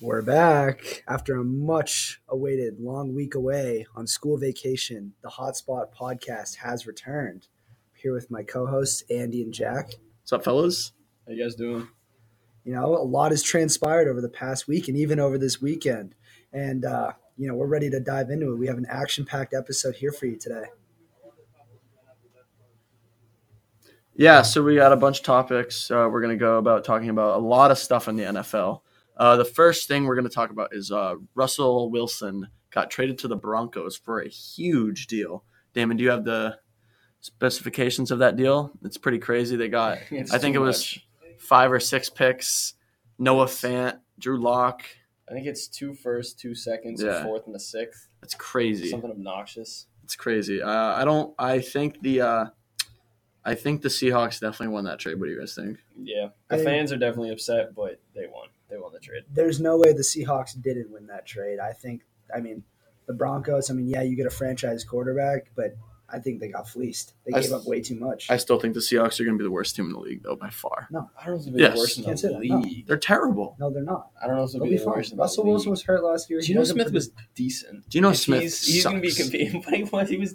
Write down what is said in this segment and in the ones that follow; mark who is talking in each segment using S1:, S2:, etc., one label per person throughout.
S1: We're back after a much awaited long week away on school vacation. The Hotspot podcast has returned. I'm here with my co hosts, Andy and Jack.
S2: What's up, fellas?
S3: How you guys doing?
S1: You know, a lot has transpired over the past week and even over this weekend. And, uh, you know, we're ready to dive into it. We have an action packed episode here for you today.
S2: Yeah, so we got a bunch of topics. Uh, we're going to go about talking about a lot of stuff in the NFL. Uh, the first thing we're going to talk about is uh, Russell Wilson got traded to the Broncos for a huge deal. Damon, do you have the specifications of that deal? It's pretty crazy. They got,
S3: It's
S2: I think it
S3: too
S2: was
S3: much.
S2: five or six picks. Noah Fant, Drew Lock.
S3: I think it's two first, two seconds,
S2: Yeah.
S3: a fourth, and a sixth.
S2: It's crazy.
S3: Something obnoxious.
S2: It's crazy. Uh, I don't. I think the. Uh, I think the Seahawks definitely won that trade. What do you guys think?
S3: Yeah, the
S1: They-
S3: fans are definitely upset, but they won. They won the trade.
S1: There's no way the Seahawks didn't win that trade. I think, I mean, the Broncos, I mean, yeah, you get a franchise quarterback, but I think they got fleeced. They
S2: I
S1: gave
S2: s-
S1: up way too much.
S2: I still think the Seahawks are going to be the worst team in the league, though, by far.
S3: I don't know if they'll be
S2: Yes.
S3: the worst in
S1: Can't say
S3: the
S1: that, no.
S3: league.
S2: They're terrible.
S1: no, they're not.
S3: I don't know if they'll
S1: They'll
S3: be,
S1: be
S3: the
S1: fine.
S3: worst. in the
S1: Russell
S3: league.
S1: Wilson was hurt last year. He
S3: Geno
S1: wasn't
S3: Smith
S1: producing.
S3: was decent.
S2: Geno
S3: If
S2: Smith
S3: he's- He's gonna be
S2: sucks.
S3: competing, but he was. He was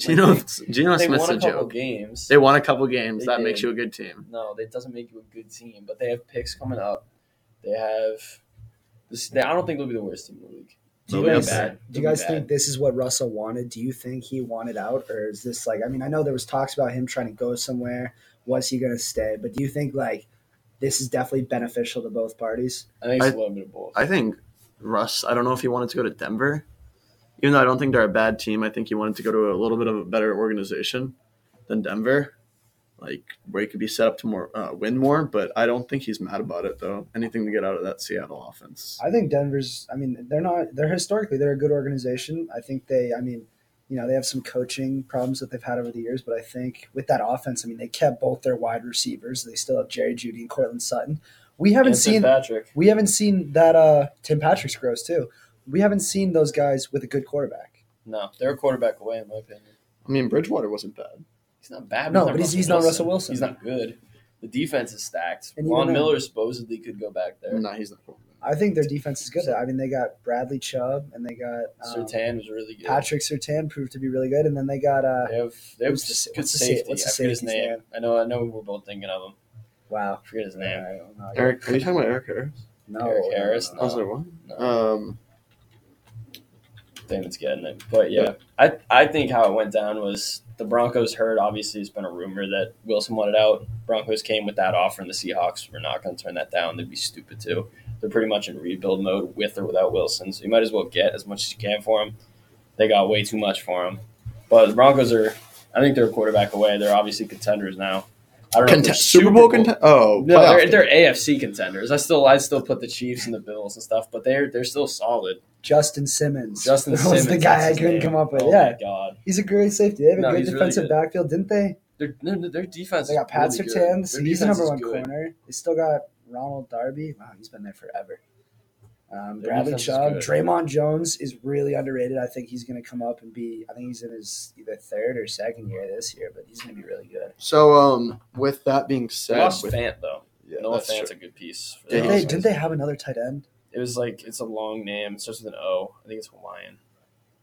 S2: Geno,
S3: Like,
S2: Geno
S3: they
S2: Smith's
S3: won
S2: a
S3: a couple
S2: joke.
S3: games.
S2: They won a couple games.
S3: They
S2: that
S3: did.
S2: makes you a good team.
S3: No, that doesn't make you a good team. But they have picks coming up. They have. This, they, I don't think they'll be the worst team in the league.
S1: Do
S2: They'll
S1: you
S2: be
S1: guys,
S2: bad.
S1: do you guys think this is what Russell wanted? Do you think he wanted out, or is this like? I mean, I know there was talks about him trying to go somewhere. Was he going to stay? But do you think like this is definitely beneficial to both parties?
S3: I think it's
S2: I-
S3: a little bit of both.
S2: I think Russ. I don't know if he wanted to go to Denver, even though I don't think they're a bad team. I think he wanted to go to a little bit of a better organization than Denver, like where he could be set up to more uh, win more. But I don't think he's mad about it though. Anything to get out of that Seattle offense.
S1: I think Denver's. I mean, they're not. They're historically they're a good organization. I think they. I mean, you know, they have some coaching problems that they've had over the years, but I think with that offense, I mean, they kept both their wide receivers. They still have Jerry Judy and Cortland Sutton. We haven't
S3: Anthony
S1: seen
S3: Patrick.
S1: We haven't seen that uh Tim Patrick's gross too. We haven't seen those guys with a good quarterback.
S3: No, they're a quarterback away, in my opinion.
S2: I mean, Bridgewater wasn't bad.
S3: He's not bad.
S1: No, but he's- he's not Russell Wilson.
S3: He's not good. The defense is stacked.
S1: And even
S3: Von
S1: Mm, then-
S3: Miller supposedly could go back there.
S2: No, he's not.
S1: I think their defense is good. I mean, they got Bradley Chubb and they got um,
S3: Sertan was really good.
S1: Patrick Sertan proved to be really good, and then they got uh
S3: They have, they have
S1: What's the sa-
S3: good
S1: what's the sa-
S3: safety.
S1: what's the
S3: I forget his
S1: safety's
S3: name.
S1: name?
S3: I know. I know. We're both thinking of him.
S1: wow.
S3: I forget his name.
S1: I don't know.
S2: Eric, are you talking about Eric Harris?
S1: no,
S3: Eric Harris?
S2: I was like, Oh, what?
S3: No,
S2: Um,
S3: I think it's getting it. But yeah, I I think how it went down was the Broncos heard. Obviously, it's been a rumor that Wilson wanted out. Broncos came with that offer, and the Seahawks were not going to turn that down. They'd be stupid too. They're pretty much in rebuild mode with or without Wilson, so you might as well get as much as you can for him. They got way too much for him. But the Broncos are. I think they're a quarterback away. They're obviously contenders now. I don't know. if
S2: conte-
S3: they're
S2: Super Bowl contend. Oh,
S3: No,
S2: playoff
S3: they're,
S2: game.
S3: they're AFC contenders. I still, I still put the Chiefs and the Bills and stuff, but they're they're still solid.
S1: Justin Simmons.
S3: Justin
S1: That was
S3: Simmons.
S1: the guy
S3: that's
S1: I
S3: his
S1: couldn't
S3: name.
S1: come up with.
S3: Oh
S1: yeah,
S3: my god.
S1: he's a great safety. They have a
S3: No,
S1: good
S3: he's really
S1: defensive
S3: good.
S1: backfield, didn't they?
S3: Their, their, their defense.
S1: They got
S3: is
S1: Pat
S3: really good.
S1: Sertan.
S3: Their
S1: he's the
S3: defense
S1: number
S3: is
S1: one
S3: good.
S1: corner. They still got Ronald Darby. Wow, he's been there forever. Um,
S3: Their
S1: Bradley
S3: defense is
S1: Chubb,
S3: good.
S1: Draymond Jones is really underrated. I think he's going to come up and be. I think he's in his either third or second year this year, but he's going to be really good.
S2: So, um, with that being
S3: They
S2: said,
S3: lost
S2: with-
S3: Fant though.
S2: yeah,
S3: Noah
S2: that's
S3: Fant's
S2: true.
S3: a good piece. for
S1: Did
S2: Yeah,
S3: them.
S2: he
S1: they?
S2: was
S1: Did they have another tight end?
S3: It was like it's a long name. It starts with an O. I think it's Hawaiian,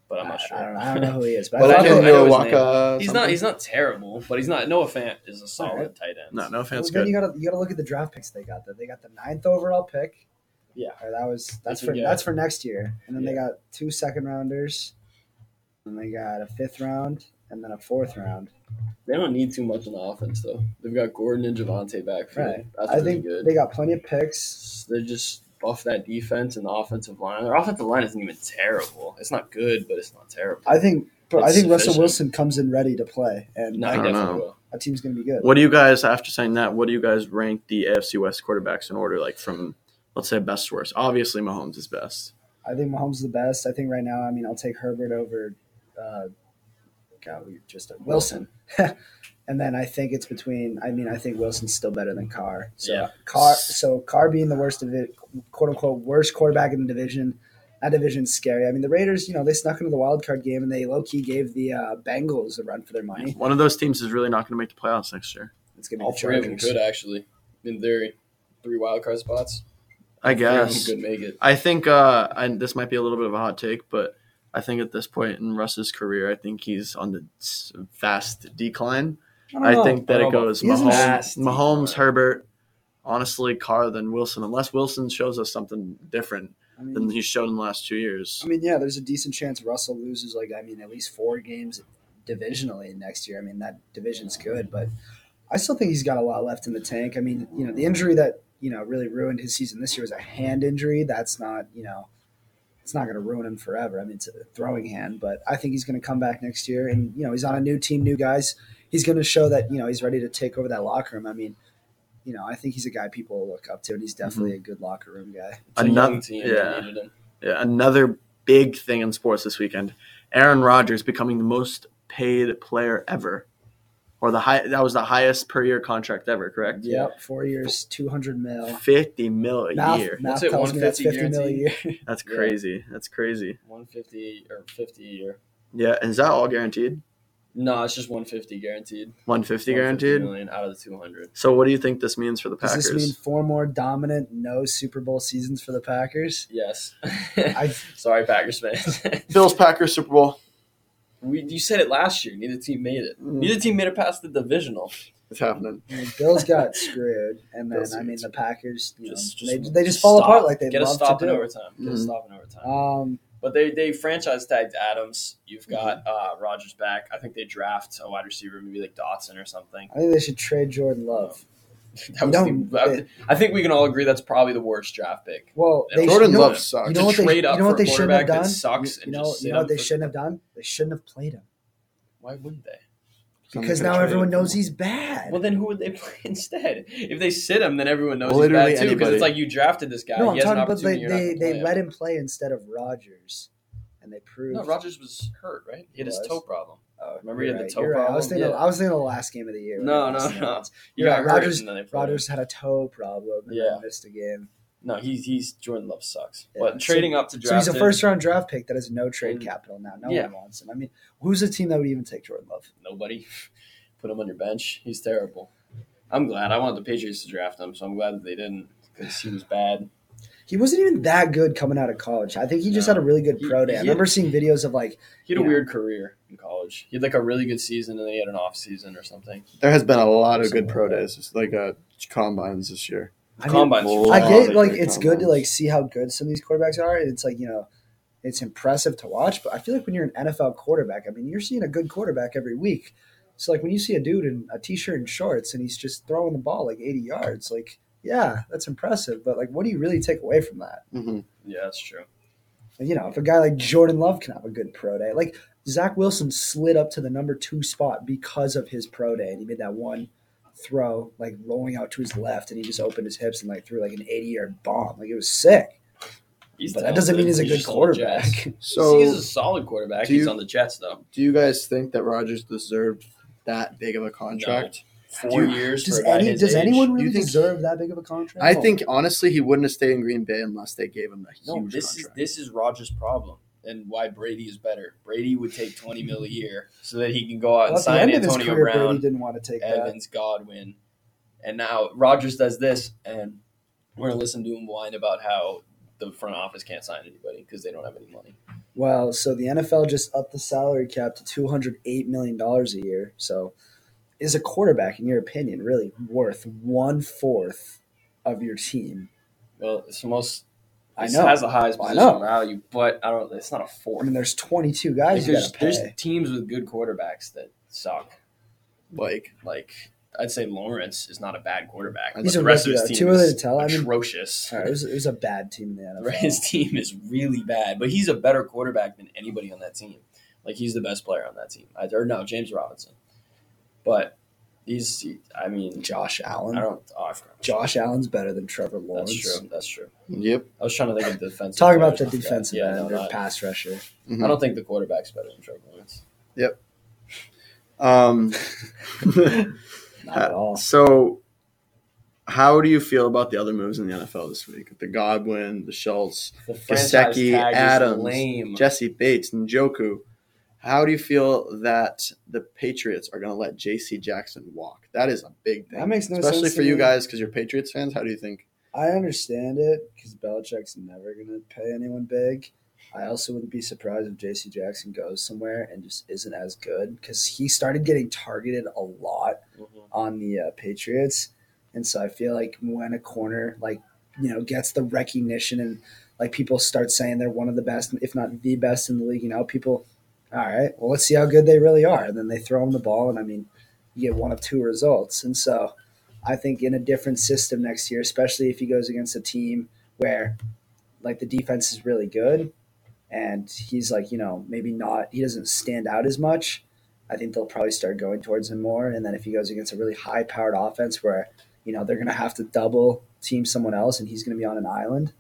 S3: but I'm not
S1: I-
S3: sure.
S1: I, don't, know- I don't know who he is, but,
S2: But
S1: I
S3: I
S2: I
S1: thought
S3: know-
S2: can
S1: they-
S3: I know his
S2: Waka.
S3: he's not. He's not terrible, but he's not. Noah Fant is a solid
S1: Alright.
S3: tight end.
S2: No, no
S1: well,
S2: offense.
S1: then
S2: Good.
S1: you got to you got to look at the draft picks they got. Though they got the ninth overall pick.
S3: Yeah.
S1: or that was that's
S3: can
S1: for
S3: get-
S1: that's for next year, and then they
S3: Yeah.
S1: got two second rounders, and they got a fifth round, and then a fourth round.
S3: They don't need too much on the offense though. They've got Gordon and Javante back. for
S1: Right.
S3: them. That's
S1: I
S3: really
S1: think
S3: good.
S1: they got plenty of picks.
S3: they just buff that defense and the offensive line. Their offensive line isn't even terrible. It's not good, but it's not terrible.
S1: I think, but I
S3: It's
S1: think Russell
S3: sufficient.
S1: Wilson comes in ready to play, and
S3: no,
S1: I
S3: I
S2: don't
S1: think
S3: definitely
S2: know.
S3: will.
S1: that team's going to be good.
S2: What do you guys, after saying that, what do you guys rank the AFC West quarterbacks in order, like from, let's say, best to worst? Obviously, Mahomes is best.
S1: I think Mahomes is the best. I think right now, I mean, I'll take Herbert over. Uh, God, we just Wilson, and then I think it's between. I mean, I think Wilson's still better than Carr. So
S3: Yeah.
S1: Carr, so Carr being the worst of it, quote unquote, worst quarterback in the division. That division's scary. I mean, the Raiders, you know, they snuck into the wild card game and they low key gave the uh, Bengals a run for their money.
S2: One of those teams is really not going to make the playoffs next year.
S1: It's going to be
S3: All
S1: the
S3: three of them
S1: Chargers.
S3: could actually, in theory, three wild card spots.
S2: I guess.
S3: could make it.
S2: I think uh, I, this might be a little bit of a hot take, but I think at this point in Russ's career, I think he's on the s- fast decline.
S1: don't
S2: I
S1: know.
S2: think that
S3: I
S2: it
S3: don't know
S2: goes
S1: about
S2: Mahomes,
S3: fast
S2: Mahomes,
S3: decline.
S2: Herbert, honestly, Carr, then Wilson. Unless Wilson shows us something different
S1: I
S2: than
S1: mean,
S2: he's shown in the last two years.
S1: I mean, yeah, there's a decent chance Russell loses like I mean at least four games divisionally next year. I mean that division's good, but I still think he's got a lot left in the tank. I mean, you know, the injury that you know really ruined his season this year was a hand injury. That's not you know. It's not going to ruin him forever. I mean, it's a throwing hand, but I think he's going to come back next year. And, you know, he's on a new team, new guys. He's going to show that, you know, he's ready to take over that locker room. I mean, you know, I think he's a guy people will look up to, and he's definitely a good locker room guy.
S3: It's a
S2: Another-
S3: young team. that
S2: yeah.
S3: needed him.
S2: Yeah, another big thing in sports this weekend. Aaron Rodgers becoming the most paid player ever, or the high that was the highest per year contract ever, correct?
S1: Yep. Four years, 200 mil.
S2: fifty mil a
S1: Math,
S2: year.
S1: math
S3: What's it,
S1: tells me that's 50
S3: 150
S1: mil a year.
S2: That's
S3: Yeah.
S2: crazy. That's crazy.
S3: 150 or 50 a year.
S2: Yeah, is that all guaranteed?
S3: No, it's just 150 guaranteed.
S2: One fifty
S3: 150
S2: guaranteed.
S3: million out of the 200.
S2: So what do you think this means for the
S1: Does
S2: Packers?
S1: this mean four more dominant, no Super Bowl seasons for the Packers?
S3: Yes.
S1: I,
S3: Sorry, Packers fans.
S2: Bills Packers Super Bowl.
S3: we, you said it last year. Neither team made it.
S2: Mm.
S3: Neither team made it past the divisional.
S2: It's happening.
S1: I mean, Bills got screwed, and then
S3: Bills
S1: I mean
S3: got
S1: the Packers, you
S3: Just,
S1: know,
S3: just
S1: they, they just fall
S3: stop.
S1: apart like they
S3: get a
S1: love
S3: stop
S1: to
S3: in
S1: do.
S3: overtime. Get a
S2: Mhm.
S3: stop in overtime.
S1: Um,
S3: But they they franchise tagged Adams. You've got uh,
S1: Mm-hmm.
S3: Rogers back. I think they draft a wide receiver, maybe like Dotson or something.
S1: I think they should trade Jordan Love.
S3: That was
S1: don't-
S3: the, I think we can all agree that's probably the worst draft pick.
S1: Well,
S3: They
S1: they
S3: don't-
S2: Jordan
S1: you know,
S2: Love
S1: what-
S2: sucks.
S1: You know
S3: To
S1: what they,
S3: trade up
S1: you know what
S3: for a
S1: they shouldn't have
S3: quarterback that
S1: done?
S3: sucks
S1: you
S3: and
S1: know,
S3: just
S1: you
S3: sit
S1: know what
S3: him
S1: they
S3: for-
S1: shouldn't have done? They shouldn't have played him
S3: Why wouldn't they?
S1: because now everyone knows he's bad.
S3: Well, then who would they play instead? If they sit him, then everyone knows
S2: Literally
S3: he's bad too. Because
S2: anybody.
S3: it's like you drafted this guy.
S1: no, I'm
S3: he has an
S1: talking about
S3: opportunity.
S1: they they,
S3: you're not gonna
S1: they
S3: play
S1: let
S3: him.
S1: him play instead of Rogers, and they proved.
S3: No, Rogers was hurt, right? He had his
S1: Was.
S3: toe problem.
S1: Oh,
S3: Remember he
S1: you're
S3: had the
S1: right,
S3: toe
S1: you're right. I was
S3: problem?
S1: thinking.
S3: Yeah.
S1: I was thinking of the last game of the year. when
S3: No,
S1: they lost
S3: no,
S1: to
S3: no.
S1: Lions.
S3: You
S1: Yeah,
S3: got hurt
S1: Rodgers-
S3: and then they played him.
S1: Rodgers had a toe problem. And
S3: Yeah.
S1: yeah, missed a game.
S3: No, he's he's Jordan Love sucks.
S1: Yeah.
S3: But trading up to
S1: So
S3: draft
S1: he's a first round draft pick that has no trade capital now. No
S3: Mm. Yeah.
S1: one wants him. I mean, who's a team that would even take Jordan Love?
S3: nobody. Put him on your bench. He's terrible. I'm glad. I wanted the Patriots to draft him, so I'm glad that they didn't because he was bad.
S1: He wasn't even that good coming out of college. I think he just
S3: No.
S1: had a really good
S3: He-
S1: pro day.
S3: he
S1: I
S3: had-
S1: remember seeing videos of like
S3: He had a
S1: Yeah.
S3: weird career in college. He had like a really good season, and then he had an off season or something.
S2: There has been a lot of good pro days, It's like uh, combines this year.
S1: I, mean,
S3: Combines.
S2: Well,
S1: I
S2: Oh,
S1: get
S2: they
S1: like
S2: do
S1: it's good to
S2: combines.
S1: like see how good some of these quarterbacks are. It's like you know, it's impressive to watch. But I feel like when you're an NFL quarterback, I mean, you're seeing a good quarterback every week. So like when you see a dude in a t-shirt and shorts and he's just throwing the ball like 80 yards, like yeah, that's impressive. But like, what do you really take away from that?
S2: Mm-hmm.
S3: yeah, that's true.
S1: You know, if a guy like Jordan Love can have a good pro day, like Zach Wilson slid up to the number two spot because of his pro day, and he made that one throw like rolling out to his left, and he just opened his hips and like threw like an 80 yard bomb. Like it was sick.
S3: He's
S1: but that doesn't mean he's a good
S3: just on the Jets.
S1: quarterback.
S2: So
S3: he's a solid quarterback.
S2: do
S3: He's
S2: you-
S3: on the Jets though.
S2: Do you guys think that Rogers deserved that big of a contract?
S3: Four
S2: Do you-
S3: years.
S1: Does,
S3: for a guy
S1: any,
S3: his
S1: does
S3: age.
S1: anyone really
S2: you think-
S1: deserve that big of a contract?
S2: I think honestly he wouldn't have stayed in Green Bay unless they gave him a huge
S3: No, this is
S2: contract.
S3: this is Rogers' problem, and why Brady is better. Brady would take twenty mil a year so that he can go
S1: Well,
S3: out
S1: at
S3: and
S1: the
S3: sign
S1: end of his
S3: Antonio
S1: career,
S3: Brown.
S1: Brady didn't want to take that.
S3: Evans, Godwin, and now Rogers does this, and we're gonna listen to him whine about how the front office can't sign anybody because they don't have any money.
S1: Well, so the NFL just upped the salary cap to two hundred eight million dollars a year. So, is a quarterback, in your opinion, really worth one fourth of your team?
S3: Well, it's the most.
S1: I
S3: it
S1: know.
S3: has the highest
S1: I
S3: positional
S1: know.
S3: value, but I don't. It's not a
S1: I
S3: fourth.
S1: mean, there's twenty two guys you
S3: there's,
S1: got to
S3: there's
S1: pay.
S3: teams with good quarterbacks that suck.
S2: like
S3: Like I'd say Lawrence is not a bad quarterback.
S2: He's
S1: a
S3: but the rest of
S1: rookie,
S3: his
S1: though.
S3: team
S1: Too
S3: is
S1: early to tell. I mean-
S3: atrocious.
S1: All right, it, was, it was a bad team in the NFL.
S3: His team is really bad, but he's a better quarterback than anybody on that team. Like he's the best player on that team. I, or no, James Robinson. But he's, he- I mean,
S1: Josh
S3: I
S1: Allen.
S3: don't. Oh, I forgot.
S1: Josh Allen's better than Trevor Lawrence.
S3: That's true. That's true.
S2: yep.
S3: I was trying to think of the defensive.
S1: Talk about the
S3: players.
S1: defensive
S3: Yeah,
S1: end
S3: no,
S1: or
S3: not-
S1: pass rusher.
S2: Mhm.
S3: I don't think the quarterback's better than Trevor Lawrence.
S2: Um,
S1: Not at all.
S2: so, how do you feel about the other moves in the NFL this week? The Godwin, the Schultz,
S3: The franchise
S2: Gesicki,
S3: tag is
S2: Adams,
S3: lame.
S2: Jesse Bates, and Joku. How do you feel that the Patriots are going to let J.C. Jackson walk? That is a big thing,
S1: That makes no
S2: especially
S1: sense to
S2: for you
S1: me.
S2: guys because you're Patriots fans. How do you think
S1: I understand it because Belichick's never going to pay anyone big. I also wouldn't be surprised if J.C. Jackson goes somewhere and just isn't as good because he started getting targeted a lot on the uh, Patriots, and so I feel like when a corner like you know gets the recognition and like people start saying they're one of the best, if not the best in the league, you know people. All right, well let's see how good they really are. And then they throw them the ball, and I mean, you get one of two results, and so. I think in a different system next year, especially if he goes against a team where like the defense is really good and he's like, you know, maybe not he doesn't stand out as much. I think they'll probably start going towards him more. And then if he goes against a really high powered offense where, you know, they're gonna have to double team someone else and he's gonna be on an island,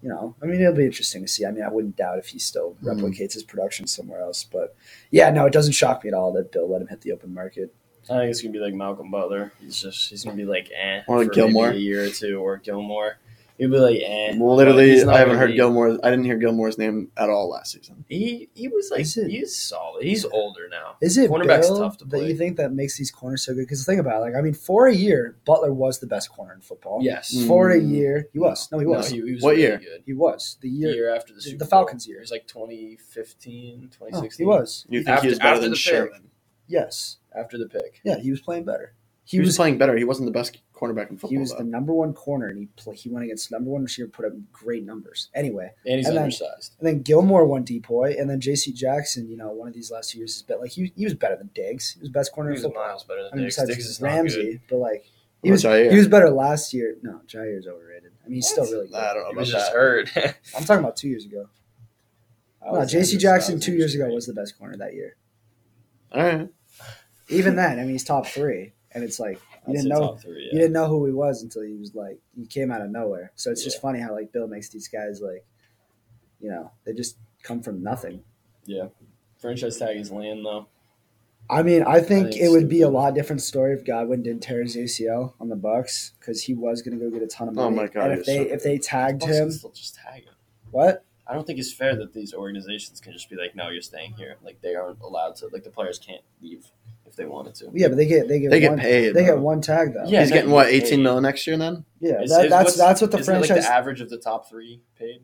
S1: you know, I mean it'll be interesting to see. I mean, I wouldn't doubt if he still
S2: Mhm.
S1: replicates his production somewhere else. But yeah, no, it doesn't shock me at all that Bill let him hit the open market.
S3: I think it's gonna be like Malcolm Butler. He's just he's gonna be like eh
S2: Or like
S3: for maybe
S2: Gilmore.
S3: a year or two or Gilmore. He'll be like eh. but
S2: Literally,
S3: he's not
S2: I haven't
S3: gonna
S2: heard
S3: be-
S2: Gilmore. I didn't hear Gilmore's name at all last season.
S3: He he was like
S1: Is it-
S3: he's solid. He's older now.
S1: Is it
S3: Cornerback's
S1: Bill
S3: tough to
S1: that
S3: play.
S1: you think that makes these corners so good? Because think about it, like I mean, for a year, Butler was the best corner in football.
S3: Yes.
S2: Mm.
S1: for a year, he was. No, he
S3: No,
S1: was.
S3: he, he was
S2: What
S3: really
S2: year?
S3: Good.
S1: he was the
S3: The
S1: year.
S3: year after the
S1: the
S3: Super
S1: Falcons
S3: Bowl.
S1: year.
S3: It was like 2015,
S1: No,
S3: 2016.
S1: Oh, he was.
S2: You think
S3: After-
S2: he was better
S3: after
S2: than
S3: the pick.
S2: Sherman?
S1: Yes.
S3: after the pick.
S1: Yeah, he was playing better.
S2: He, was, playing better. He wasn't the best cornerback in football.
S1: He was
S2: though.
S1: the number one corner, and he play, he went against number one receiver, put up great numbers. Anyway,
S3: And he's
S1: And then-
S3: undersized.
S1: and then Gilmore won depoy, and then J.C. Jackson. You know, one of these last two years has been like he, he was better than Diggs. He was best corner
S3: He
S1: in
S3: was
S1: football.
S3: miles better than
S1: I mean,
S3: Diggs.
S1: besides
S3: Diggs is not good.
S1: Ramsey, but like he
S2: Or
S1: was
S2: Jair.
S1: he was better last year. No, Jair's overrated. I mean, he's still
S3: What?
S1: really good.
S2: I don't know
S3: He
S2: about
S3: was
S2: that.
S3: just hurt.
S1: I'm talking about two years ago. No, J.C. Jackson two years ago was the best corner that year.
S2: All right.
S1: Even then, I mean, he's top three, and it's like you didn't know
S3: Three,
S1: you
S3: yeah.
S1: didn't know who he was until he was like he came out of nowhere. So it's just funny how like Bill makes these guys like, you know, they just come from nothing.
S3: Franchise tag is land though.
S1: I mean, I think,
S3: think
S1: it would be a
S3: stupid.
S1: lot different story if Godwin didn't tear his ACL on the Bucks because he was going to go get a ton of
S2: Oh
S1: money.
S2: my God,
S1: And if
S2: you're
S1: they
S2: so
S1: if they tagged
S3: Bucks can
S1: him,
S3: still just tag him.
S1: what?
S3: I don't think it's fair that these organizations can just be like, no, you're staying here. Like they aren't allowed to. Like the players can't leave if they wanted to.
S1: Yeah, but they get they get
S2: They
S1: one,
S2: get paid.
S1: they get
S2: though.
S1: one tag though.
S3: Yeah.
S2: He's
S3: they
S2: getting
S3: get
S2: what
S3: paid.
S2: eighteen mil next year then.
S1: yeah.
S3: Is-
S1: that-
S3: is
S1: that's
S3: what's-
S1: that's what the
S3: isn't it, like,
S1: franchise.
S3: the average of the top three paid.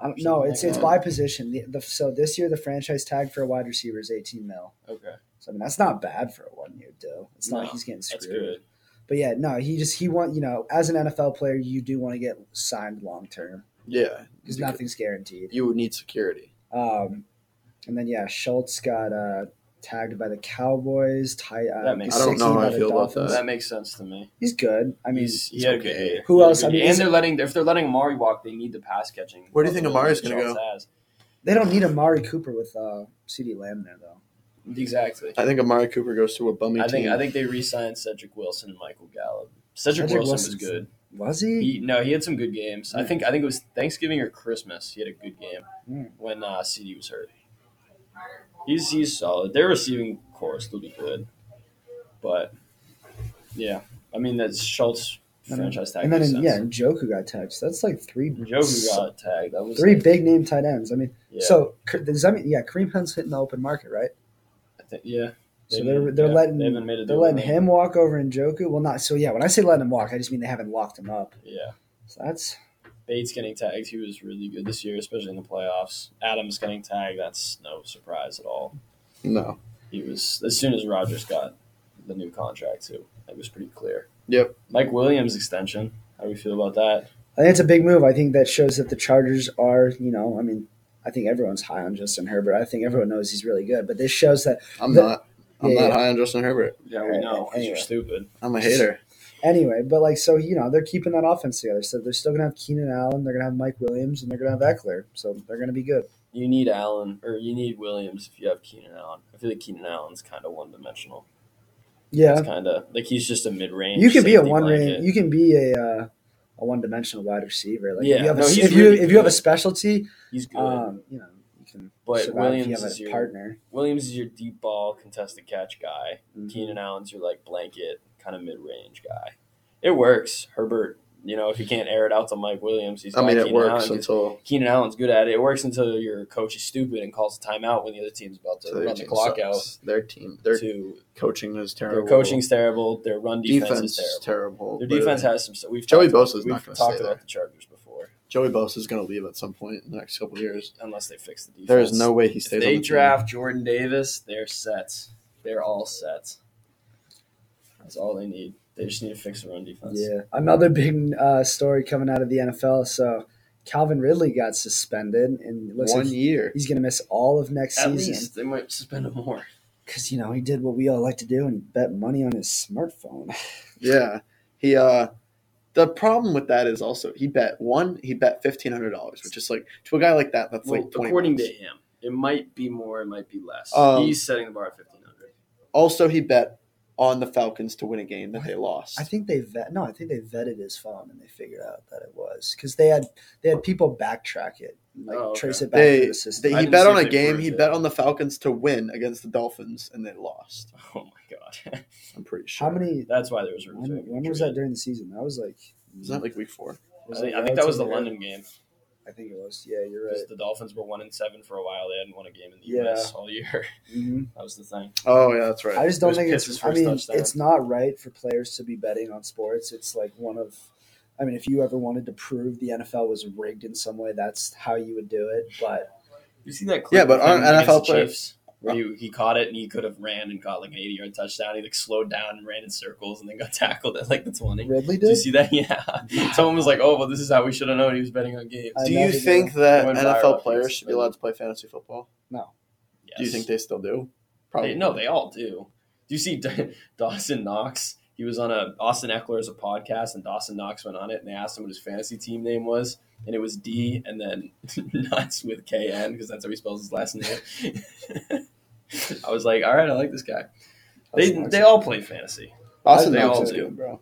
S1: I don't- no, it's it's
S2: Yeah.
S1: by position. The, the, so this year the franchise tag for a wide receiver is 18 mil.
S3: Okay,
S1: So I mean that's not bad for a one year deal. It's not
S3: No,
S1: like he's getting
S3: that's
S1: screwed.
S3: good.
S1: But yeah, no, he just he want you know as an NFL player you do want to get signed long term
S2: Yeah,
S1: because nothing's guaranteed.
S2: you would need security.
S1: Um, and then yeah, Schultz got uh, tagged by the Cowboys. Ty, uh,
S3: That makes
S2: I don't know
S1: Gesicki
S2: how
S1: by
S2: I
S1: the
S2: feel about that.
S1: Dolphins.
S3: that makes sense to me.
S1: He's good. I mean,
S3: he's, he had a good
S2: Uh, okay.
S3: year.
S1: Who
S3: He had a
S1: else?
S3: good
S1: I mean,
S3: year.
S1: is
S3: and they're letting if they're letting Amari walk, they need the pass catching.
S2: Where do you think
S3: ability
S2: Amari's
S3: that
S2: gonna
S3: Schultz
S1: they don't need Amari Cooper with uh, C.D. Lamb there though.
S3: has. Exactly.
S2: I think Amari Cooper goes to a bummy
S3: I think
S2: team.
S3: I think they re-signed Cedric Wilson and Michael Gallup. Cedric,
S1: Cedric
S3: Wilson
S1: Wilson's-
S3: was good.
S1: Was he?
S3: He, no, he had some good games. I think I think it was Thanksgiving or Christmas. He had a good game
S1: Mm.
S3: when uh, CD was hurt. He's he's solid. Their receiving core will still be good, but yeah, I mean that's Schultz
S1: And then-
S3: franchise tag.
S1: And then
S3: makes
S1: in, yeah,
S3: sense.
S1: Njoku got tagged. So that's like three
S3: Njoku got tagged. That was
S1: three
S3: like-
S1: big name tight ends. I mean,
S3: Yeah,
S1: so K- does that mean yeah, Kareem Hunt's hitting the open market, right?
S3: I think, yeah.
S1: So
S3: They've-
S1: they're they're
S3: yeah,
S1: letting
S3: they haven't made a
S1: they're
S3: deal
S1: letting
S3: with
S1: him walk over in Joku. Well, not so yeah. When I say letting him walk, I just mean they haven't locked him up.
S3: Yeah,
S1: So that's
S3: Bates getting tagged. He was really good this year, especially in the playoffs. Adams getting tagged. That's no surprise at all.
S2: no.
S3: he was as soon as Rogers got the new contract too. It was pretty clear.
S2: Yep.
S3: Mike Williams extension. How do we feel about that?
S1: I think it's a big move. I think that shows that the Chargers are you know I mean I think everyone's high on Justin Herbert. I think everyone knows he's really good, but this shows that
S2: I'm
S1: The-
S2: not. I'm
S1: Yeah,
S2: not
S1: yeah.
S2: high on Justin Herbert.
S3: Yeah,
S1: we know, 'cause you're
S3: stupid.
S2: I'm a hater.
S1: anyway. But like so you know they're keeping that offense together. So they're still gonna have Keenan Allen. They're gonna have Mike Williams, and they're gonna have Eckler. So they're gonna be good.
S3: You need Allen or you need Williams if you have Keenan Allen. I feel like Keenan Allen's kind of one dimensional.
S1: Yeah,
S3: It's kind of like he's just a mid range.
S1: you can be a one range. You can be a. Uh, a one-dimensional wide receiver. Like if
S3: Yeah,
S1: you have a,
S3: no, he's
S1: if you
S3: really
S1: if you have a
S3: good.
S1: specialty,
S3: He's good.
S1: um, you know you can
S3: but
S1: survive if you
S3: Williams
S1: have
S3: is
S1: a
S3: your
S1: partner.
S3: Williams is your deep ball contested catch guy.
S1: Mhm.
S3: Keenan Allen's your like blanket kind of mid range guy. It works. Herbert You know, if you can't air it out to Mike Williams, he's
S2: I
S3: got
S2: mean, it
S3: Keenan
S2: works
S3: Allen, 'cause
S2: until
S3: Keenan Allen's good at it. It works until your coach is stupid and calls a timeout when the other team's about to
S2: until their
S3: run the
S2: team
S3: clock out.
S2: sucks. Their team, their
S3: To
S2: coaching is terrible.
S3: their coaching's terrible. Their run defense,
S2: defense
S3: is
S2: is
S3: terrible.
S2: terrible.
S3: Their
S2: but
S3: defense has some. stuff. We've
S2: Joey
S3: talked,
S2: Bosa's
S3: we've
S2: not gonna
S3: talked
S2: stay
S3: about
S2: there.
S3: the Chargers before,
S2: Joey Bosa is going to leave at some point in the next couple of years.
S3: unless they fix the defense.
S2: There is no way he
S3: If
S2: stays. on
S3: they
S2: the team.
S3: draft Jordan Davis, they're set. They're all set. That's all they need. They just need to fix the run defense.
S1: Yeah, another big uh, story coming out of the NFL. So Calvin Ridley got suspended, and it looks
S2: one
S1: like
S2: year.
S1: he's going to miss all of next
S3: At
S1: season
S3: least they might suspend him more.
S1: because you know he did what we all like to do and bet money on his smartphone.
S2: Yeah, he. uh The problem with that is also he bet one. He bet fifteen hundred dollars, which is like to a guy like that. That's
S3: Well,
S2: like twenty.
S3: according to
S2: bucks.
S3: him, it might be more, it might be less.
S2: Um,
S3: He's setting the bar at fifteen hundred.
S2: Also, he bet on the Falcons to win a game that they lost.
S1: I think they vet. No, I think they vetted his phone and they figured out that it was because they had they had people backtrack it, and, like
S3: Oh, okay.
S1: trace it back to
S2: they,
S1: the system.
S2: they-
S3: I
S2: he
S3: didn't
S2: bet
S3: see
S2: on
S3: if
S2: a
S3: they
S2: game.
S3: proved
S2: He
S3: it.
S2: bet on the Falcons to win against the Dolphins, and they lost.
S3: Oh my god,
S2: I'm pretty sure.
S1: How many?
S3: that's why there was a
S1: When, when was that during the season? That was like.
S2: Is that like week four?
S3: I
S1: was
S3: think,
S1: like
S3: I think that was the
S1: relatively early.
S3: London game.
S1: I think it was. Yeah, you're right.
S3: Because The Dolphins were one and seven for a while. They hadn't won a game in the
S1: Yeah.
S3: U.S. all year.
S1: hmm
S3: That was the thing.
S2: Oh yeah, that's right.
S1: I just don't
S3: It was
S1: think
S3: Pitts'
S1: it's. I
S3: first
S1: mean,
S3: touchdown.
S1: it's not right for players to be betting on sports. It's like one of. I mean, if you ever wanted to prove the NFL was rigged in some way, that's how you would do it. But
S3: You see that
S2: Yeah, but
S3: of him
S2: aren't
S3: against
S2: NFL
S3: the
S2: players-
S3: Chiefs where you, he caught it and he could have ran and caught like an 80 yard touchdown. He like slowed down and ran in circles and then got tackled at like the 20.
S1: Ridley
S3: Did you
S1: did.
S3: see that? Yeah. Someone was like, "Oh, well, this is how we should have known he was betting on games."
S1: I
S2: do
S1: know
S2: you
S1: they
S2: think
S1: did.
S2: that
S3: They went viral
S2: NFL
S3: after
S2: players
S3: this,
S2: should be
S3: but-
S2: allowed to play fantasy football?
S3: Yes.
S2: Do you think they still do?
S3: They- no, they all do. Do you see D- Dawson Knox? He was on a Austin Eckler's a podcast, and Dawson Knox went on it, and they asked him what his fantasy team name was, and it was D, and then Nuts with K N because that's how he spells his last name. I was like, all right, I like this guy. They they all play fantasy.
S2: Austin
S3: They
S2: Knox
S3: all
S2: is
S3: do.
S2: good, bro.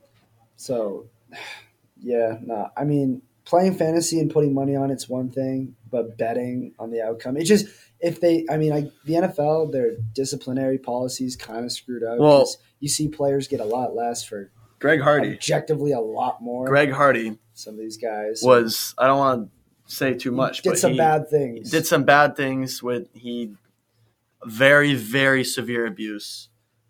S1: So, yeah, no. I mean, playing fantasy and putting money on it's one thing, but betting on the outcome, it just if they. I mean, I, the NFL their disciplinary policies kind of screwed up.
S2: Well-
S1: 'cause you see players get a lot less for
S2: Greg Hardy.
S1: objectively a lot more.
S2: Greg Hardy
S1: some of these guys
S2: was. I don't want to say too much,
S1: did
S2: but
S1: some
S2: he
S1: bad things.
S2: did some bad things. With he very very severe abuse.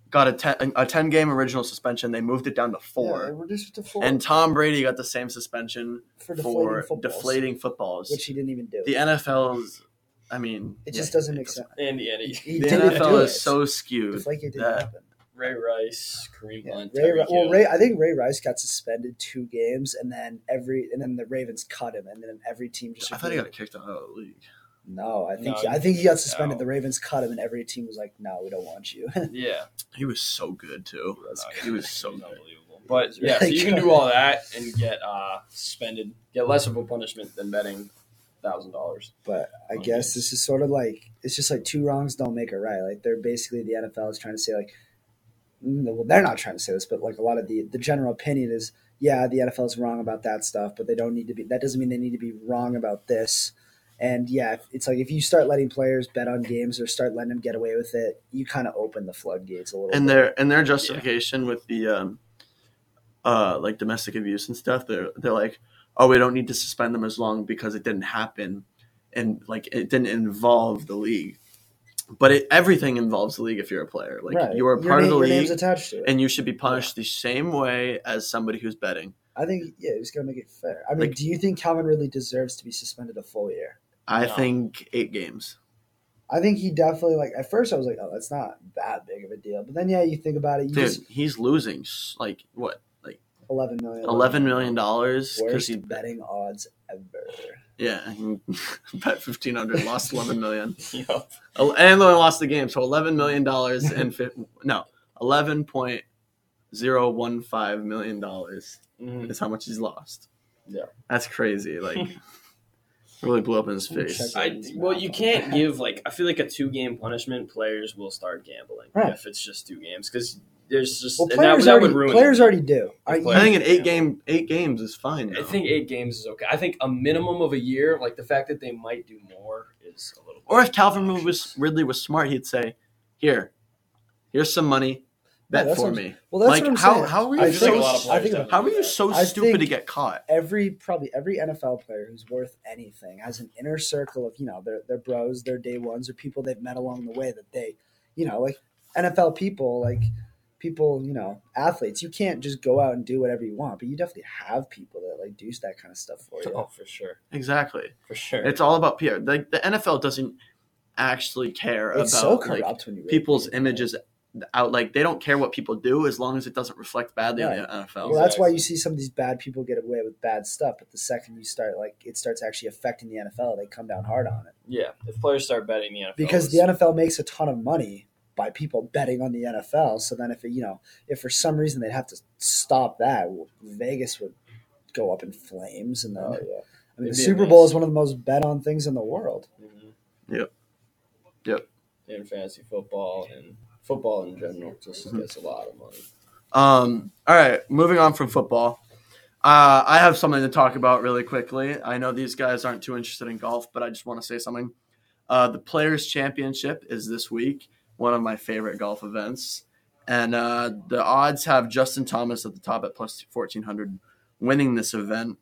S2: Got a ten, a ten game original suspension. They moved it down to
S1: Yeah, they
S2: four.
S1: reduced it to four
S2: and Tom Brady got the same suspension
S1: for
S2: for
S1: deflating footballs,
S2: deflating footballs.
S1: which he didn't even do.
S2: the NFL's, I mean,
S1: it just
S2: yeah,
S1: doesn't make sense.
S3: Andy, Andy,
S1: He
S2: The
S1: didn't do
S2: NFL
S1: it.
S2: is so skewed.
S1: It's like it didn't
S2: that-
S1: happen.
S3: Ray Rice, Kareem
S1: Yeah.
S3: Hunt,
S1: Ray,
S3: Tyreek
S1: well,
S3: Hill.
S1: Ray, I think Ray Rice got suspended two games, and then every and then the Ravens cut him, and then every team just.
S2: I thought he
S1: agreed.
S2: got kicked out of the league.
S1: no, I think
S3: No,
S1: he, I think he got suspended.
S3: no.
S1: The Ravens cut him, and every team was like, "No, we don't want you."
S3: yeah,
S2: He was so good too. Uh,
S3: No,
S2: He was so good.
S3: unbelievable. But yeah, so you can do all that and get uh, suspended, get less of a punishment than betting thousand dollars.
S1: but I
S3: Okay.
S1: guess this is sort of like it's just like two wrongs don't make a right. Like they're basically the NFL is trying to say like, mm, well they're not trying to say this, but like a lot of the the general opinion is yeah the NFL is wrong about that stuff, but they don't need to be. That doesn't mean they need to be wrong about this. And yeah, if- it's like if you start letting players bet on games or start letting them get away with it, you kind of open the floodgates a little.
S2: And
S1: bit.
S2: their and their justification with the um, uh, like domestic abuse and stuff. They're they're like, oh, we don't need to suspend them as long because it didn't happen, and like it didn't involve the league. But it, everything involves the league if you're a player. Like
S1: Right.
S2: you are a
S1: Your
S2: part of
S1: name-
S2: the
S1: Your name's
S2: league,
S1: attached to it.
S2: and you should be punished the same way as somebody who's betting.
S1: I think yeah, it's gonna make it fair. I mean,
S2: Like-
S1: do you think Calvin Ridley deserves to be suspended a full year?
S2: I
S3: No.
S2: think eight games.
S1: I think he definitely like at first I was like, oh, that's not that big of a deal. But then yeah, you think about it, you
S2: Dude,
S1: just
S2: he's losing s- like what
S1: eleven million.
S2: eleven million dollars because
S1: worst
S2: he
S1: betting odds ever.
S2: yeah he bet fifteen hundred, lost eleven million,
S3: Yup.
S2: Oh, and then lost the game. So eleven million dollars and fi- no eleven point zero one five million dollars
S3: Mhm.
S2: is how much he's lost.
S3: Yeah.
S2: that's crazy. Like really blew up in his face.
S1: Check it.
S3: I, well, you can't give like I feel like a two game punishment. Players will start gambling
S1: Right.
S3: if it's just two games because there's just
S1: Well,
S3: and that,
S1: players
S3: that
S1: already
S3: would ruin. it.
S1: players already do. I,
S2: I
S3: Players-
S2: think an eight game eight games is fine.
S3: I
S2: though.
S3: think eight games is okay. I think a minimum of a year. Like the fact that they might do more is a little.
S2: Or if Calvin was Ridley was smart, he'd say, "Here, here's some money. bet
S1: that's
S2: for
S1: what I'm-
S2: me.
S1: Well, that's
S2: like
S1: what I'm
S2: how
S1: saying.
S2: how were
S1: I
S2: you
S3: There's like a
S1: think-
S3: lot of
S2: so
S1: I
S3: players
S1: think
S3: that
S2: how
S3: do
S2: were you
S3: that.
S2: so
S1: I
S2: stupid to
S1: think-
S2: get caught?
S1: every probably every NFL player who's worth anything has an inner circle of you know their their bros, their day ones, or people they've met along the way that they, you know, like NFL people, like people, you know, athletes. You can't just go out and do whatever you want, but you definitely have people that like do that kind of stuff for you.
S3: Oh, for sure,
S2: Exactly.
S3: for sure.
S2: It's all about PR. Like the NFL doesn't actually care
S1: it's so
S2: about like,
S1: corrupt when you really
S2: people's
S1: think about it.
S2: images out. Like they don't care what people do as long as it doesn't reflect badly on the NFL.
S1: Well, that's why you see some of these bad people get away with bad stuff, but the second you start like it starts actually affecting the NFL, they come down hard on it.
S3: yeah, if players start betting the NFL,
S1: because
S3: Oh, it's-
S1: the NFL makes a ton of money by people betting on the NFL. So then, if it, you know, if for some reason they'd have to stop that, well, Vegas would go up in flames. And then, I
S3: oh, yeah.
S1: mean, the
S3: It'd be a
S1: Super Bowl
S3: mess.
S1: is one of the most bet on things in the world.
S3: Mm-hmm.
S2: Yep. Yep.
S3: And fantasy football and football in general just
S2: Mm-hmm.
S3: gets a lot of money.
S2: Um, all right, moving on from football. Uh, I have something to talk about really quickly. I know these guys aren't too interested in golf, but I just want to say something. Uh, the Players Championship is this week, one of my favorite golf events. And uh, the odds have Justin Thomas at the top at plus 1400 winning this event.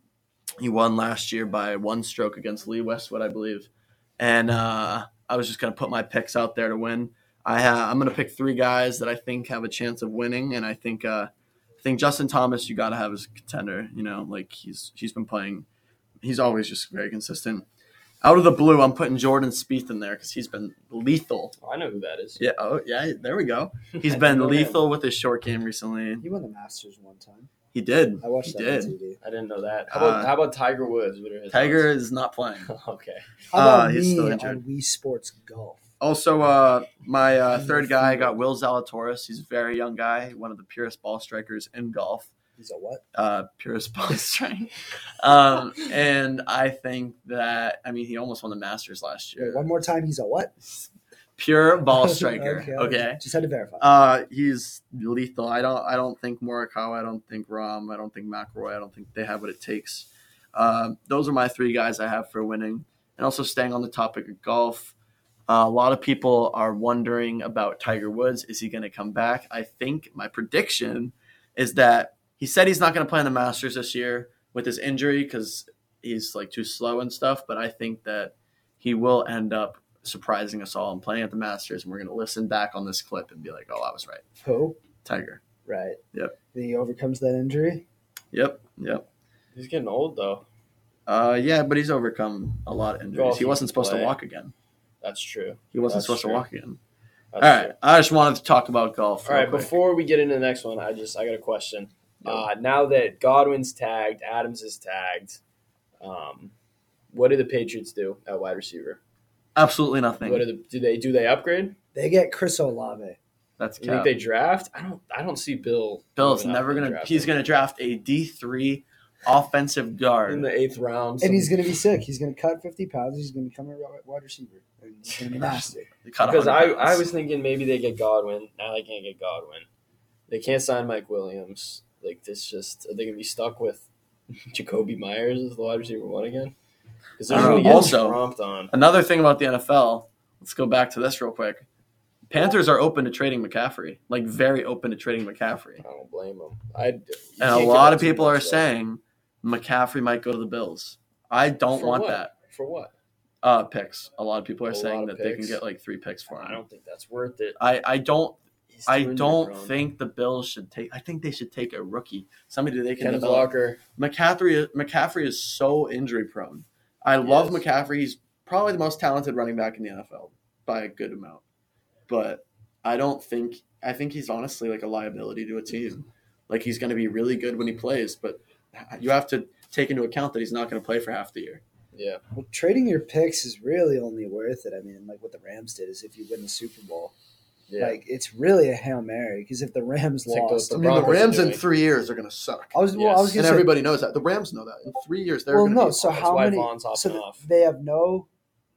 S2: He won last year by one stroke against Lee Westwood, I believe. And uh, I was just going to put my picks out there to win. I ha- I'm going to pick three guys that I think have a chance of winning, and I think uh, I think Justin Thomas you got to have as a contender. You know, like he's he's been playing, he's always just very consistent. Out of the blue, I'm putting Jordan Spieth in there because he's been lethal.
S3: I know who that is.
S2: Yeah, oh yeah, there we go.
S3: I
S2: He's
S3: know
S2: been
S3: him.
S2: lethal with his short game recently.
S1: He won the Masters one time.
S2: He did.
S1: I watched
S2: He
S1: that on
S2: did.
S1: TV.
S3: I didn't know that. How about,
S2: Uh,
S3: how about Tiger Woods? What are his
S2: Tiger is not playing.
S3: odds? okay.
S1: How about
S2: Uh, he's
S1: me
S2: still
S1: on
S2: injured.
S1: Wii Sports Golf?
S2: Also, uh, my uh, third guy I got Will Zalatoris. He's a very young guy, one of the purest ball strikers in golf.
S1: He's a what?
S2: uh, purest ball strength. Um, and I think that I mean he almost won the Masters last
S1: Wait,
S2: year.
S1: one more time. He's a what?
S2: Pure ball striker. okay.
S1: Just had to verify.
S2: Uh, he's lethal. I don't. I don't think Morikawa. I don't think Rom. I don't think McElroy. I don't think they have what it takes. Um, those are my three guys I have for winning. And also staying on the topic of golf, uh, a lot of people are wondering about Tiger Woods. Is he going to come back? I think my prediction is that he said he's not going to play in the Masters this year with his injury because he's like too slow and stuff. But I think that he will end up surprising us all and playing at the Masters, and we're going to listen back on this clip and be like, "Oh, I was right,
S1: Who?
S2: Tiger."
S1: Right.
S2: Yep.
S1: Then he overcomes that injury.
S2: Yep, yep.
S3: He's getting old though.
S2: Uh, yeah, but he's overcome a lot of injuries.
S3: Golf
S2: he wasn't supposed
S3: play.
S2: to walk again.
S3: That's true.
S2: He wasn't
S3: That's
S2: supposed
S3: true.
S2: to walk again.
S3: That's
S2: all right, I just wanted to talk about golf.
S3: All
S2: real
S3: right,
S2: quick.
S3: before we get into the next one, I just I got a question.
S2: Yeah.
S3: Uh, now that Godwin's tagged, Adams is tagged, um, what do the Patriots do at wide receiver?
S2: absolutely nothing.
S3: What do the, do they do? They upgrade?
S1: They get Chris Olave.
S2: That's
S3: You
S2: cap.
S3: think they draft? I don't. I don't see Bill.
S2: Bill's
S3: moving up
S2: never
S3: and
S2: gonna.
S3: drafting.
S2: He's gonna draft a D three offensive
S3: in
S2: guard.
S3: the eighth round,
S1: and
S3: some-
S1: he's going to be sick. He's going to cut 50 pounds. He's going to become a wi- wide receiver. And he's going to be nasty.
S2: They caught
S3: because I,
S2: 100
S3: I
S2: pounds.
S3: was thinking maybe they get Godwin. Now they can't get Godwin. They can't sign Mike Williams. Like this, just are they gonna be stuck with Jacoby Myers as the wide receiver one again? Because they're
S1: I
S3: gonna
S1: don't
S3: get
S2: know. Also-
S3: stomped on.
S2: another thing about the NFL. Let's go back to this real quick. Panthers are open to trading McCaffrey, like very open to trading McCaffrey.
S3: I don't blame them. I and
S2: And a lot of people are saying McCaffrey might go to the Bills. I don't
S3: For
S2: want
S3: what?
S2: that.
S3: for what?
S2: Uh, picks. A lot of people are
S3: A
S2: saying
S3: lot
S2: that
S3: of
S2: they can
S3: picks.
S2: get like three picks for
S3: I
S2: him.
S3: don't think that's worth it.
S2: I, I don't
S3: He's
S2: I
S3: too injured,
S2: don't
S3: bro.
S2: think the Bills should take. I think they should take a rookie, somebody they can
S3: Kenneth
S2: develop.
S3: Walker.
S2: McCaffrey McCaffrey is so injury prone. I love
S3: Yes.
S2: McCaffrey. He's probably the most talented running back in the NFL by a good amount, but I don't think I think he's honestly like a liability to a team. Like he's going to be really good when he plays, but you have to take into account that he's not going to play for half the year.
S3: Yeah,
S1: Well, trading your picks is really only worth it. I mean, like what the Rams did is if you win the Super Bowl,
S3: yeah.
S1: like it's really a hail mary because if the Rams
S3: It's like those-
S1: lost,
S3: the I mean, Broncos are Rams in doing-
S2: three years are going to suck,
S1: I was well, I was
S3: Yes.
S1: going to say,
S2: knows that. The Rams know that. In three years,
S1: well, no. So
S3: That's
S1: how
S3: why
S1: many?
S3: Vaughn's hopping
S1: So th-
S3: off.
S1: they have no,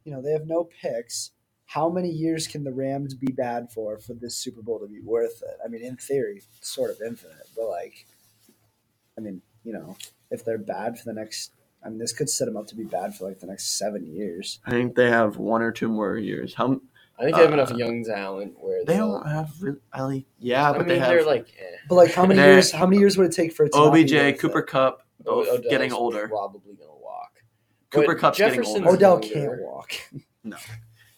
S1: you know, they have no picks. How many years can the Rams be bad for for this Super Bowl to be worth it? I mean, in theory, sort of infinite, but like, I mean, you know, if they're bad for the next, I mean, this could set them up to be bad for like the next seven years.
S2: I think they have one or two more years. How
S3: I think they have enough young talent where
S2: Uh, They
S3: they'll-
S2: don't have really. I like, yeah,
S3: I
S2: but
S3: mean,
S2: they
S3: are
S2: have
S3: like eh.
S1: But like, how many
S2: Nah.
S1: years? How many years would it take for it to not be worth
S2: OBJ,
S1: it?
S2: Cooper Cup, both
S3: Odell's
S2: getting older.
S3: Probably gonna walk.
S2: Cooper
S3: But
S2: Cup's getting
S3: Jefferson is-
S2: older.
S1: Odell
S3: younger.
S1: can't walk.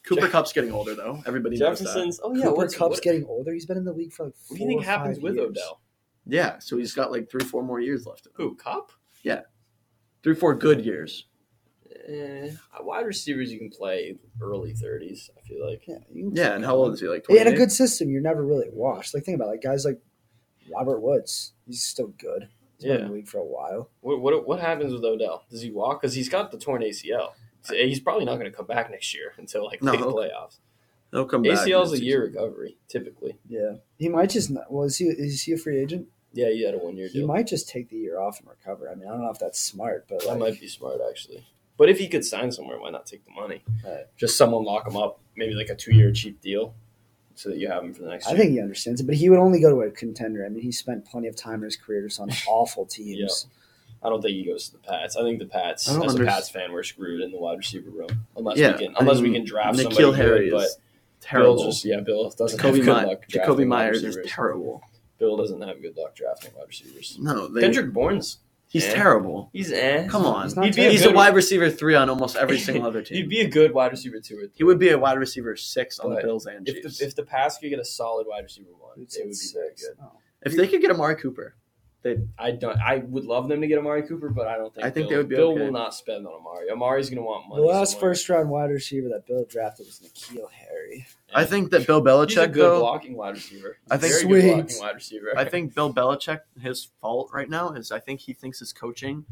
S2: Cooper Cup's getting older though. Everybody knows that.
S3: Jefferson's. Oh yeah,
S1: Cooper
S3: what's
S1: Cup's
S3: what,
S1: getting older. He's been in the league for like.
S3: What do you think
S1: four or
S3: happens
S1: five
S3: with
S1: years.
S3: Odell?
S2: Yeah, so he's got like three, four more years left.
S3: Who Cop?
S2: Three, four good years.
S3: Eh, wide receivers you can play early thirties. I feel like.
S1: Yeah, you can
S2: Yeah, and how old is he? Like
S1: In
S2: twenty.
S1: a good system, you're never really washed. Like think about it, like guys like Robert Woods. He's still good. He's been in
S3: Yeah.
S1: the league for a while.
S3: What what what happens with Odell? Does he walk? Because he's got the torn ACL. So he's probably not going to come back next year until like
S2: No.
S3: late playoffs.
S2: He'll come back.
S3: ACL's a
S2: next
S3: year recovery typically.
S1: Yeah, he might just. Not, well, is he is he a free agent?
S3: Yeah, you had a one year
S1: He
S3: deal.
S1: might just take the year off and recover. I mean, I don't know if that's smart, but
S3: That
S1: like,
S3: might be smart actually. But if he could sign somewhere, why not take the money?
S1: Right.
S3: Just someone lock him up, maybe like a two year cheap deal, so that you have him for the next.
S1: I
S3: year.
S1: think he understands it. But he would only go to a contender. I mean, he spent plenty of time in his career just on awful teams.
S3: I don't think he goes to the Pats. I think the Pats,
S2: I
S3: as
S2: don't
S3: a
S2: underst-
S3: Pats fan, we're screwed in the wide receiver room unless
S2: Yeah,
S3: we can
S2: I
S3: unless we
S2: mean,
S3: can draft
S2: year.
S3: somebody.
S2: Nikhil
S3: good,
S2: Harry
S3: but
S2: is
S3: Bill
S2: terrible.
S3: just yeah, Bill doesn't
S2: Jacoby,
S3: have good
S2: My-
S3: luck. drafting
S2: Jacoby
S3: wide
S2: Myers is
S3: receivers.
S2: terrible.
S3: Bill doesn't have good luck drafting wide receivers.
S2: No, they,
S3: Kendrick Bourne's
S2: he's
S3: eh.
S2: terrible.
S3: he's eh.
S2: Come on,
S1: He's
S2: he's,
S1: not
S3: He'd be
S1: terrible.
S3: a
S2: a
S3: good-
S2: wide receiver three on almost every single other
S3: He'd
S2: team.
S3: be a good wide receiver two or
S2: He would be a wide receiver six on the
S3: But
S2: Bills and
S3: if
S2: Chiefs.
S3: the, if the Pats could get a solid wide receiver one,
S1: It's
S3: it would be
S1: six.
S3: very good.
S1: Oh.
S2: If they could get Amari Cooper, they
S3: I don't. I would love them to get Amari Cooper, but I don't think
S2: I think
S3: Bill,
S2: they would be
S3: Bill
S2: okay.
S3: will not spend on Amari. Amari's going to want money.
S1: The last
S3: somewhere.
S1: first round wide receiver that Bill drafted was Nikhil Harry.
S2: I think that Bill Belichick
S3: He's a good
S2: though.
S3: blocking wide receiver.
S2: I think-
S3: very
S1: Sweet.
S3: good blocking wide receiver.
S2: I think Bill Belichick his fault right now is I think he thinks his coaching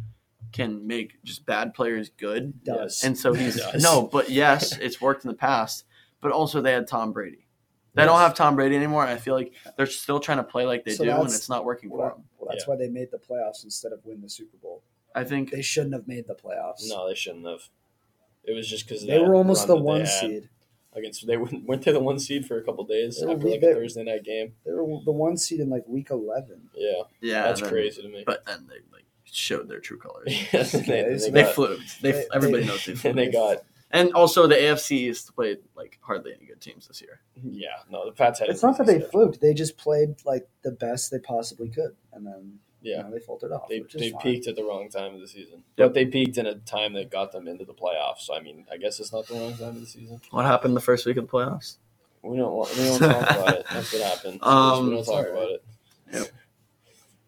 S2: can make just bad players good,
S1: Does.
S2: and so he's
S3: Yes.
S2: no. But yes, it's worked in the past. But also they had Tom Brady. They don't have Tom Brady anymore, and I feel like they're still trying to play like they
S1: So
S2: do, and
S1: that's-
S2: it's not working for
S1: Well,
S2: them.
S1: well, that's why they made the playoffs instead of win the Super Bowl.
S2: I think
S1: They shouldn't have made the playoffs.
S3: no, they shouldn't have. It was just because
S1: they were almost the one seed.
S3: Against they went, went to the one seed for a couple days
S1: They were-
S3: after like
S1: they-
S3: a Thursday night game.
S1: They were the one seed in like week eleven.
S3: Yeah,
S2: yeah,
S3: that's
S2: then-
S3: crazy to me.
S2: But then they like showed their true colors.
S3: Yeah, they, they,
S1: They
S2: They
S3: got-
S2: fluked. They,
S1: They-
S2: everybody
S1: they-
S2: knows they
S3: and
S2: fluked.
S3: they got
S2: And also the AFC East played like hardly any good teams this year.
S3: yeah. No, the Pats had.
S1: It's
S3: an
S1: not that they
S3: easy schedule.
S1: fluked; they just played like the best they possibly could, and then you
S3: Yeah,
S1: know, they faltered off.
S3: they
S1: which is
S3: they
S1: fine.
S3: peaked at the wrong time of the season,
S2: Yep.
S3: but they peaked in a time that got them into the playoffs. So I mean, I guess it's not the wrong time of the season.
S2: What happened the first week of the playoffs?
S3: We don't want, we don't talk about it. That's what happened.
S2: Um,
S3: we don't talk about it.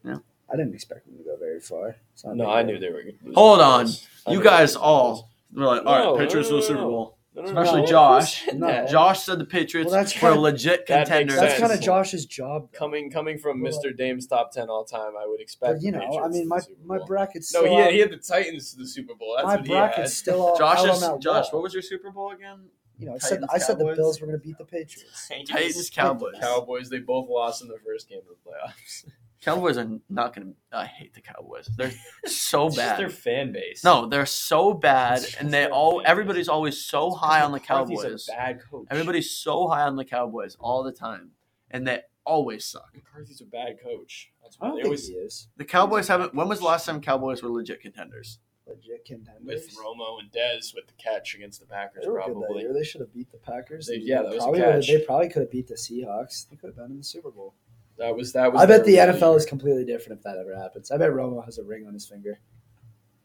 S1: I didn't expect them to go very far. It's not
S3: No,
S1: big
S3: I
S1: deal.
S3: knew they were. gonna lose.
S2: Hold on.
S3: I
S2: You
S3: knew
S2: guys
S3: they were gonna lose.
S2: all were like, all
S3: No,
S2: right, Patriots to
S3: no,
S2: the
S3: no,
S2: Super
S3: no.
S2: Bowl.
S3: No, no, no,
S2: Especially
S1: no.
S3: who
S2: Josh.
S3: said
S1: No.
S3: that?
S2: Josh said the Patriots
S1: Well, that's
S2: were
S1: kinda-
S2: legit
S3: That makes
S2: contenders.
S1: That's
S3: sense.
S1: kind of Josh's job. though.
S3: Coming coming from
S1: Well,
S3: Mr. Dame's top ten all time, I would expect.
S1: but, you
S3: the
S1: know,
S3: Patriots
S1: I mean,
S3: to
S1: my
S3: the Super
S1: my
S3: Bowl.
S1: bracket's
S3: No,
S1: still
S3: he had,
S1: out-
S3: he had the Titans to the Super Bowl. That's
S1: my
S3: what he had.
S1: bracket's still all
S2: Josh,
S1: out
S2: is,
S1: on that
S2: Josh
S1: wall.
S2: what was your Super Bowl again?
S1: you know, I said
S2: Titans,
S1: I said the
S2: Cowboys?
S1: Bills were going to beat the Patriots.
S2: Titans, Cowboys.
S3: Cowboys. They both lost in the first game of the playoffs.
S2: Cowboys are not going to. I hate the Cowboys. They're so
S3: It's just their
S2: bad.
S3: fan base.
S2: No, they're so bad,
S3: It's just
S2: and they
S3: their
S2: all
S3: fan base.
S2: everybody's always so
S3: It's 'cause
S2: high on the
S3: McCarthy's a
S2: Cowboys.
S3: bad coach.
S2: Everybody's so high on the Cowboys all the time, and they always suck.
S3: McCarthy's a bad coach. That's
S1: I
S3: why
S1: don't
S3: they
S1: think
S3: always
S1: he is
S2: The Cowboys haven't. When was the last time Cowboys were legit contenders?
S1: legit contenders.
S3: with Romo and Dez with the catch against the Packers.
S1: They were good that
S3: Probably
S1: year. They should have beat the Packers.
S3: They- yeah, that was a
S1: probably would've-
S3: catch.
S1: they probably could have beat the Seahawks. They could have been in the Super Bowl.
S3: that was that was.
S1: I bet the
S3: their-
S1: NFL is completely different if that ever happens. I bet Romo has a ring on his finger.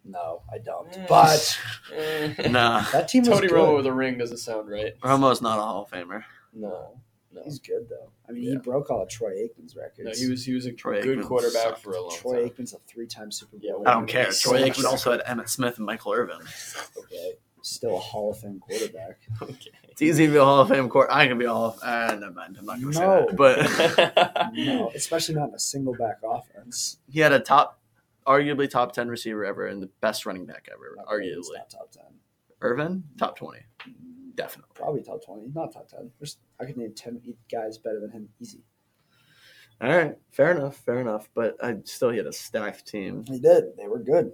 S1: No, I don't.
S3: Mm.
S1: But
S3: Eh.
S2: Nah,
S1: that team was
S3: Tony
S1: good.
S3: Romo with a ring doesn't sound right.
S2: Romo's not a Hall of Famer.
S3: No, no,
S1: He's good though. I mean, he
S3: Yeah.
S1: broke all of Troy Aikman's records.
S3: no. He was he was a
S2: Troy
S3: good
S2: Aikman
S3: quarterback
S2: sucked.
S3: for a long
S1: Troy
S3: time.
S1: Aikman's a three-time Super Bowl.
S3: Yeah,
S2: I
S3: well-
S2: don't care. Troy Aikman also had Emmett Smith and Michael Irvin.
S3: Okay,
S1: still a Hall of Fame quarterback.
S2: It's easy to be a Hall of Fame court. I can be a Hall of. Uh, never mind. I'm not
S1: No.
S2: gonna say that. But
S3: okay.
S1: no, especially not in a single back offense.
S2: he had a top, arguably top ten receiver ever, and the best running back ever,
S1: Not really, it's
S2: arguably.
S1: not top ten.
S2: Irvin, top twenty, definitely.
S1: Probably top twenty, not top ten. There's, I could name ten guys better than him easy.
S2: All right, fair enough, fair enough. But I still he had a stacked team.
S1: They did. They were good,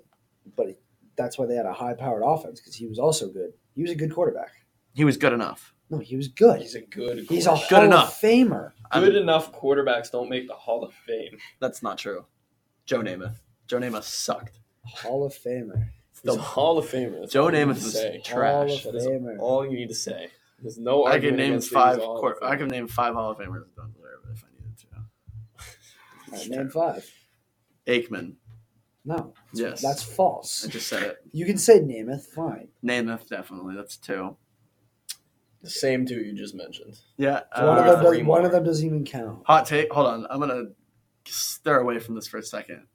S1: but he- that's why they had a high-powered offense because he was also good. He was a good quarterback.
S2: He was good enough.
S1: No, he was good.
S3: He's a good.
S1: He's a
S3: quarterback.
S1: Hall
S2: Good enough.
S1: of Famer.
S2: I
S3: good
S2: mean,
S3: enough quarterbacks don't make the Hall of Fame.
S2: that's not true. Joe Namath. Joe Namath sucked.
S1: Hall of Famer.
S3: He's a Hall of Famer. That's
S2: Joe
S3: all you
S2: Namath
S3: need to
S2: was
S3: say.
S1: Hall of
S2: trash.
S3: That is
S1: Famer.
S3: all you need to say.
S4: There's no.
S2: I could
S4: argument
S2: name
S4: against these
S2: five.
S4: all.
S2: Court, I could name five Hall of Famers in Don Blair if I needed to.
S1: All right, name five.
S2: Aikman.
S1: No,
S2: Yes,
S1: that's
S2: I
S1: false.
S2: just said it.
S1: You can say Namath, fine.
S2: Namath definitely. That's two.
S3: The same two you just mentioned.
S2: Yeah.
S1: one, of
S2: uh,
S1: them does,
S3: three
S1: one
S3: more.
S1: of them doesn't even count.
S2: Hot take. Hold on. I'm gonna stir away from this for a second.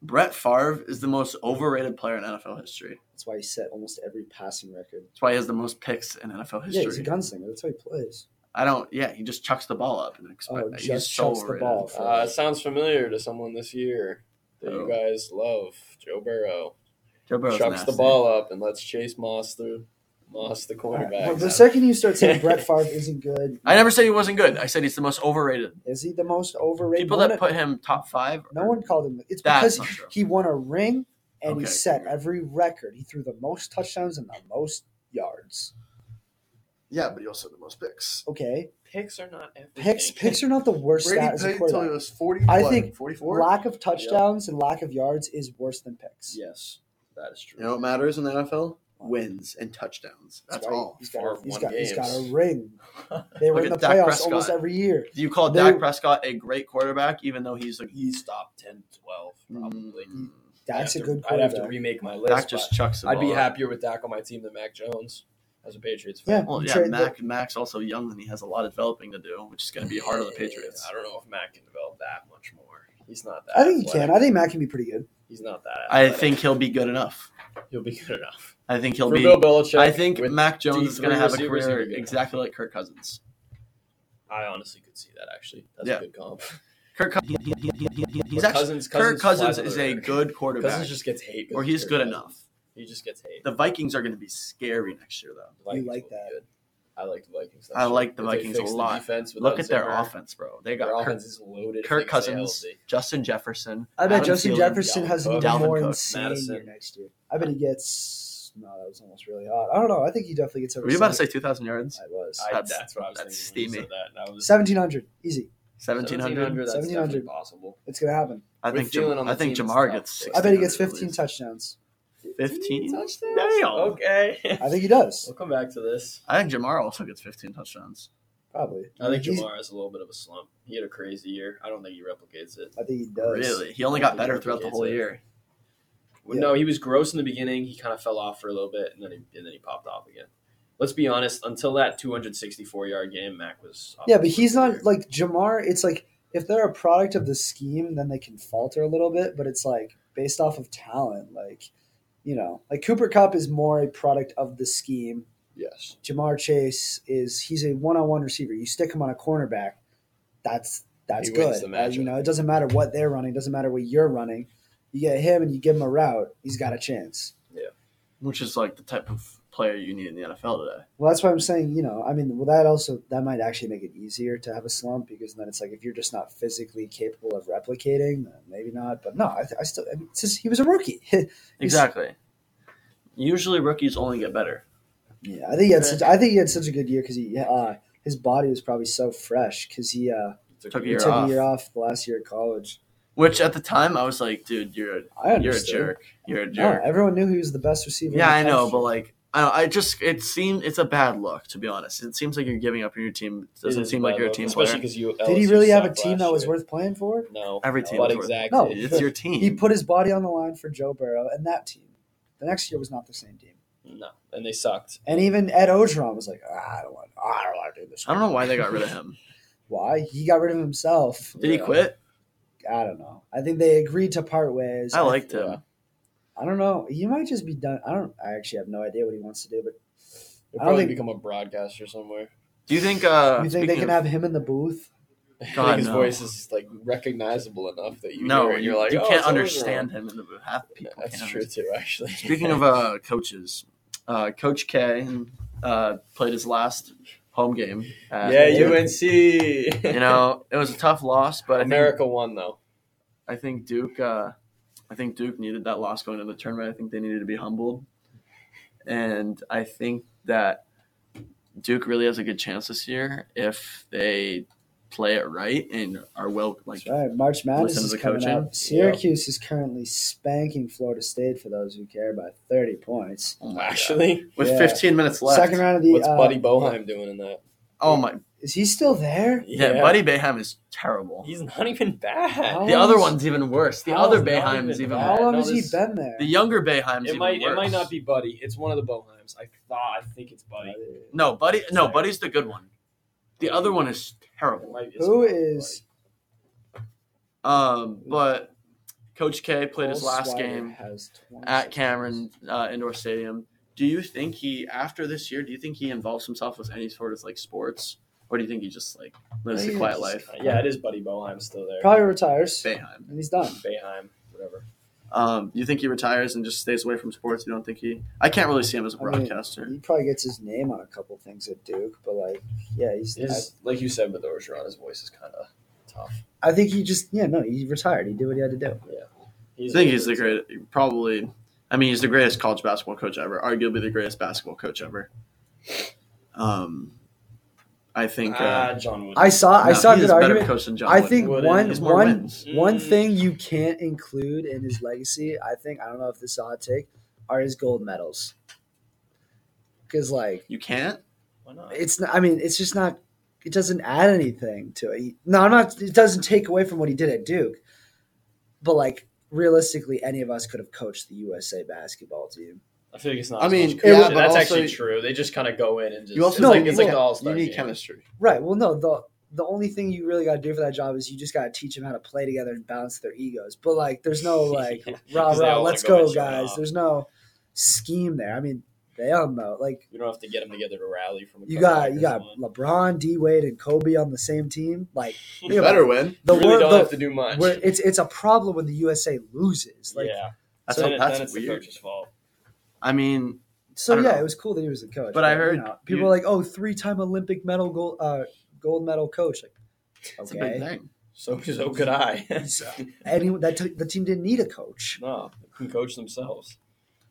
S2: Brett Favre is the most overrated player in NFL history.
S1: That's why he set almost every passing record.
S2: That's why he has the most picks in NFL
S1: Yeah, he's
S2: history.
S1: a gunslinger. That's how he plays.
S2: I don't. Yeah, he just chucks the ball up and expect.
S1: Oh,
S2: he's
S1: just
S2: so
S1: chucks the
S2: overrated.
S1: ball. For
S4: Uh, it sounds familiar to someone this year that
S2: Oh.
S4: you guys love, Joe Burrow.
S2: Joe Burrow's
S4: Chucks
S2: nasty.
S4: the ball up and let's chase Moss through Moss the
S1: All right,
S4: cornerback.
S1: well, the second you start saying Brett Favre isn't good,
S2: I never said he wasn't good. I said he's the most overrated.
S1: is he the most overrated?
S2: People
S1: No
S2: that
S1: one-
S2: put him top five.
S1: no one called him. It's
S2: That's
S1: because
S2: not true.
S1: he won a ring and he
S2: Okay.
S1: set every record. He threw the most touchdowns and the most yards.
S2: Yeah, but he also had the most picks.
S1: Okay,
S4: picks are not everything.
S1: picks picks are not the worst stat as a quarterback.
S2: was forty.
S1: I what, think
S2: 44.
S1: Lack of touchdowns and lack of yards is worse than picks.
S3: Yes, that is true.
S2: You know what matters in the NFL? Wins and touchdowns. That's
S1: why
S2: all.
S1: He's
S4: Favre
S1: got, he's
S4: won
S1: got, he's got a
S4: games.
S1: ring. They were
S2: Look
S1: in the
S2: at Dak
S1: playoffs
S2: Prescott.
S1: almost every year.
S2: Do you call
S1: They-
S2: Dak Prescott a great quarterback, even though he's like
S3: He's top 10, 12, probably.
S2: Mm,
S1: Dak's a
S3: I'd have to-
S1: good
S3: I'd
S1: quarterback.
S3: have to remake my list.
S2: Dak just
S3: but
S2: chucks the
S4: I'd
S3: I'd be
S2: ball.
S3: happier with Dak on my team than Mac Jones as a Patriots fan.
S1: yeah,
S2: Well,
S1: you
S2: yeah,
S1: trade-
S2: Mac. Mac's also young and he has a lot of developing to do, which is going to be hard on the Patriots.
S3: I don't know if Mac can develop that much more. He's not that.
S1: I think he
S3: athletic.
S1: can. I think Mac can be pretty good.
S3: he's not that.
S2: I
S3: athletic.
S2: think he'll be good enough.
S3: he'll be good enough.
S2: I think he'll
S3: For
S2: be.
S3: Bill Belichick,
S2: I think
S3: with-
S2: Mac Jones is going to
S3: three
S2: have a
S3: receivers,
S2: career
S3: he'll be good.
S2: exactly like Kirk Cousins.
S3: I honestly could see that actually. That's
S2: Yeah.
S3: a good comp.
S2: Kirk Cousins, he, he, he, he, he- he's
S3: But
S2: actually,
S3: Cousins,
S2: Kirk
S3: flies
S2: Cousins
S3: under
S2: is
S3: the
S2: a
S3: radar.
S2: good quarterback,
S3: Cousins just gets hate. 'cause
S2: or
S3: of
S2: he's
S3: Kirk
S2: good
S3: Cousins.
S2: enough.
S3: He just gets hate.
S2: The Vikings are going to be scary next year, though.
S3: The Vikings
S1: like
S3: will be
S1: that.
S3: good. I like the Vikings.
S2: I like the
S3: If they
S2: Vikings a
S3: fix the
S2: lot.
S3: defense
S2: Look
S3: without
S2: at their
S3: Zimmer,
S2: offense, bro. They
S3: Their
S2: got Kirk,
S3: offense is loads.
S2: Kirk Cousins, Justin Jefferson.
S1: I bet
S2: Adam
S1: Justin
S2: Thielen.
S1: Jefferson
S3: Dalvin
S1: has
S3: Cook,
S1: a
S2: Dalvin
S1: more
S2: Cook,
S1: insane year
S3: Madison.
S1: next year. I bet he gets. No, that was almost really hot. I don't know. I think he definitely gets over.
S2: Were you about to
S1: 7-
S2: say 2,000 yards?
S1: I was
S3: I,
S2: That's-
S3: that's, what I was
S2: that's
S3: thinking. when
S2: steamy.
S3: you said That. that was
S1: seventeen hundred easy.
S2: 1,700?
S3: 1700. That's
S1: 1700.
S3: definitely possible.
S1: It's gonna happen.
S2: I
S3: With
S2: think, Jam-
S3: Thielen on the
S2: I think
S3: team,
S2: Jamar
S3: it's
S2: gets
S3: tough.
S1: I bet he gets
S2: 1600 at
S1: fifteen
S2: least.
S1: touchdowns.
S2: 15?
S3: touchdowns.
S2: Damn.
S3: Okay.
S1: I think he does.
S3: We'll come back to this.
S2: I think Jamar also gets 15 touchdowns.
S1: Probably.
S3: I think
S1: He's-
S3: Jamar is a little bit of a slump. He had a crazy year. I don't think he replicates it.
S1: I think he does.
S2: Really? He only
S3: I
S2: got
S3: think
S2: better
S3: he
S2: throughout the
S3: gets
S2: whole
S3: it.
S2: year.
S3: Well, No, he was gross in the beginning. He kind of fell off for a little bit, and then he and then he popped off again. Let's be honest. Until that 264 yard game, Mac was.
S1: Yeah, but he's not like Jamar. It's like if they're a product of the scheme, then they can falter a little bit. But it's like based off of talent, like you know, like Cooper Cup is more a product of the scheme.
S3: yes.
S1: Jamar Chase is he's a one-on-one receiver. You stick him on a cornerback, that's that's
S3: He
S1: good.
S3: wins the
S1: Uh, you
S3: matchup.
S1: know, it doesn't matter what they're running, doesn't matter what you're running. You get him and you give him a route, he's got a chance.
S2: Which is like the type of player you need in the NFL today.
S1: Well, that's why I'm saying, you know, I mean, well, that also that might actually make it easier to have a slump because then it's like if you're just not physically capable of replicating, then maybe not. But no, I, I still, I mean, it's just, he was a rookie.
S2: Exactly. Usually rookies only get better.
S1: yeah, I think he had such, I think he had such a good year because he, uh, his body was probably so fresh because he, uh,
S2: Took a
S1: he
S2: year
S1: took
S2: off.
S1: a year off the last year of college.
S2: Which at the time I was like, dude, you're
S1: I
S2: a, you're a
S1: understood.
S2: jerk. You're a
S1: No,
S2: jerk.
S1: everyone knew he was the best receiver.
S2: Yeah, I
S1: in the
S2: know,
S1: country.
S2: but like, I don't. I just it seems it's a bad look to be honest. It seems like you're giving up on your team. It doesn't seem like you're a team
S3: especially
S2: player.
S3: because you.
S1: did he
S3: LSU
S1: really have a
S3: sucked
S1: team
S3: last
S1: that was
S3: year.
S1: worth playing for?
S3: No,
S2: Every
S3: no,
S2: team
S3: But
S2: is worth-
S3: exactly.
S1: No,
S2: It's your team.
S1: He put his body on the line for Joe Burrow and that team. The next year was not the same team.
S3: No, and they sucked.
S1: And even Ed Ogeron was like, "Ah, I don't want, I don't want to do this.
S2: I don't know why they got rid of him.
S1: Why he got rid of himself.
S2: Did he
S3: Yeah.
S2: quit?
S1: I don't know. I think they agreed to part ways.
S2: I liked
S3: Yeah.
S2: him.
S1: I don't know. He might just be done. I don't. I actually have no idea what he wants to do. But
S3: He'll
S1: I don't
S3: probably
S1: think-
S3: become a broadcaster somewhere.
S2: Do you think? Uh,
S1: you think they
S2: speaking
S1: can
S2: of-
S1: have him in the booth?
S3: I think
S2: God,
S3: his
S2: no.
S3: voice is like recognizable enough that you
S2: No,
S3: hear it and
S2: you,
S3: you're like
S2: you
S3: "Oh,
S2: can't
S3: it's Ogeron."
S2: understand him in the booth. Half the people
S3: That's
S2: can't
S3: true
S2: understand.
S3: too, actually.
S2: Speaking of uh, coaches, uh, Coach K uh, played his last home game. At
S3: yeah,
S1: you-
S3: UNC.
S2: You know, it was a tough loss, but I think
S3: America won though.
S2: I think Duke. Uh, I think Duke needed that loss going into the tournament. I think they needed to be humbled, and I think that Duke really has a good chance this year if they play it right and are well like
S1: That's right. March Madness
S2: listen to
S1: is
S2: the
S1: coming
S2: coaching.
S1: up. Syracuse is currently spanking Florida State for those who care by 30 points.
S2: oh my God.
S4: Actually,
S2: with
S1: Yeah.
S2: 15 minutes left.
S1: Second round of the
S4: what's
S1: uh,
S4: Buddy Boheim doing in that?
S2: Oh my
S1: Is he still there?
S2: yeah, Buddy Bayham is terrible.
S3: He's not even bad.
S1: How
S2: The other
S1: long's-
S2: one's even worse. The
S3: How
S2: other
S3: is Oh, not
S2: Bayheim is
S3: even
S2: even
S3: bad?
S1: How
S2: worse.
S1: long
S3: no,
S1: has he
S3: this-
S1: been there?
S2: The younger Bayheim's
S3: It
S2: even
S3: might
S2: worse.
S3: it might not be Buddy. It's one of the Boheims. I thought I think it's Buddy.
S2: No, Buddy. No,
S3: Sorry.
S2: Buddy's the good one. The other one is
S3: It
S2: terrible.
S3: might- it's
S1: Who
S3: probably
S1: is
S2: Um, but Coach K played his
S1: Cole
S2: last
S1: Swider
S2: game
S1: has 26
S2: at Cameron uh, Indoor Stadium. Do you think he, after this year, do you think he involves himself with any sort of like sports, or do you think he just like lives a
S1: He's
S2: quiet
S1: just
S2: life?
S3: Buddy. Yeah, it is Buddy Boheim still there.
S1: Probably retires
S2: Bayheim.
S1: and he's done.
S3: Boeheim, whatever.
S2: Um, you think he retires and just stays away from sports? You don't think he? I can't really see him as a
S1: I mean,
S2: broadcaster.
S1: He probably gets his name on a couple things at Duke, but like, yeah, he's.
S3: His, like you said with Orgeron, his voice is kind of tough.
S1: I, I think he just, yeah, no, he retired. He did what he had to
S2: Mm-hmm.
S1: do.
S3: He's
S2: I think he's the great, probably. I mean, he's the greatest college basketball coach ever, arguably the greatest basketball coach ever. Um, I think.
S3: Ah,
S2: Uh,
S3: John Wooden.
S1: I saw, I
S2: no,
S1: saw
S2: he
S1: that
S2: is a better
S1: argument.
S2: coach than John.
S1: I
S2: Wooden.
S1: think
S3: Wooden.
S1: one
S2: He's more
S1: one
S2: wins.
S1: one
S3: Mm.
S1: thing you can't include in his legacy, I think, I don't know if this is a hot take, are his gold medals. Because like
S2: You can't.
S3: Why not?
S1: it's not, I mean, it's just not. It doesn't add anything to it. He- No, I'm not. It doesn't take away from what he did at Duke. But like realistically, any of us could have coached the USA basketball team.
S3: I feel like it's not.
S2: I
S3: as
S2: mean,
S3: much
S2: yeah, but
S3: coaching. that's
S2: also-
S3: actually true. They just kind of go in and just.
S2: You also
S1: No,
S2: think
S3: it's like,
S2: it's
S1: well,
S2: like
S3: an all
S2: you
S3: star.
S2: need chemistry.
S1: Right. Well, no. The the only thing you really got to do for that job is you just got to teach them how to play together and balance their egos. But like, there's no like rah
S3: 'Cause they
S1: rah,
S3: all wanna
S1: let's
S3: go and
S1: go,
S3: show it
S1: guys.
S3: off.
S1: There's no scheme there. I mean, they all know. Like
S3: You don't have to get them together to rally from. A
S1: you
S3: couple
S1: got you
S3: years
S1: got
S3: on.
S1: LeBron, D Wade, and Kobe on the same team. Like
S2: You better win.
S1: the
S3: you really
S1: wor-
S3: don't
S1: the-
S3: have to do much.
S1: where it's it's a problem when the USA loses. Like
S3: yeah,
S2: That's,
S3: then, it-
S2: that's
S3: then it's the
S2: weird.
S3: coach's fault.
S2: I mean, I
S1: so yeah,
S2: don't know.
S1: it was cool that he was the coach.
S2: But I heard
S1: people
S2: you-
S1: are like, oh, three time Olympic medal gold uh, gold medal coach. Like
S2: it's a big
S1: okay,
S2: thing.
S3: So so could I.
S1: anyone that t- the team didn't need a coach.
S3: no, they can coach themselves.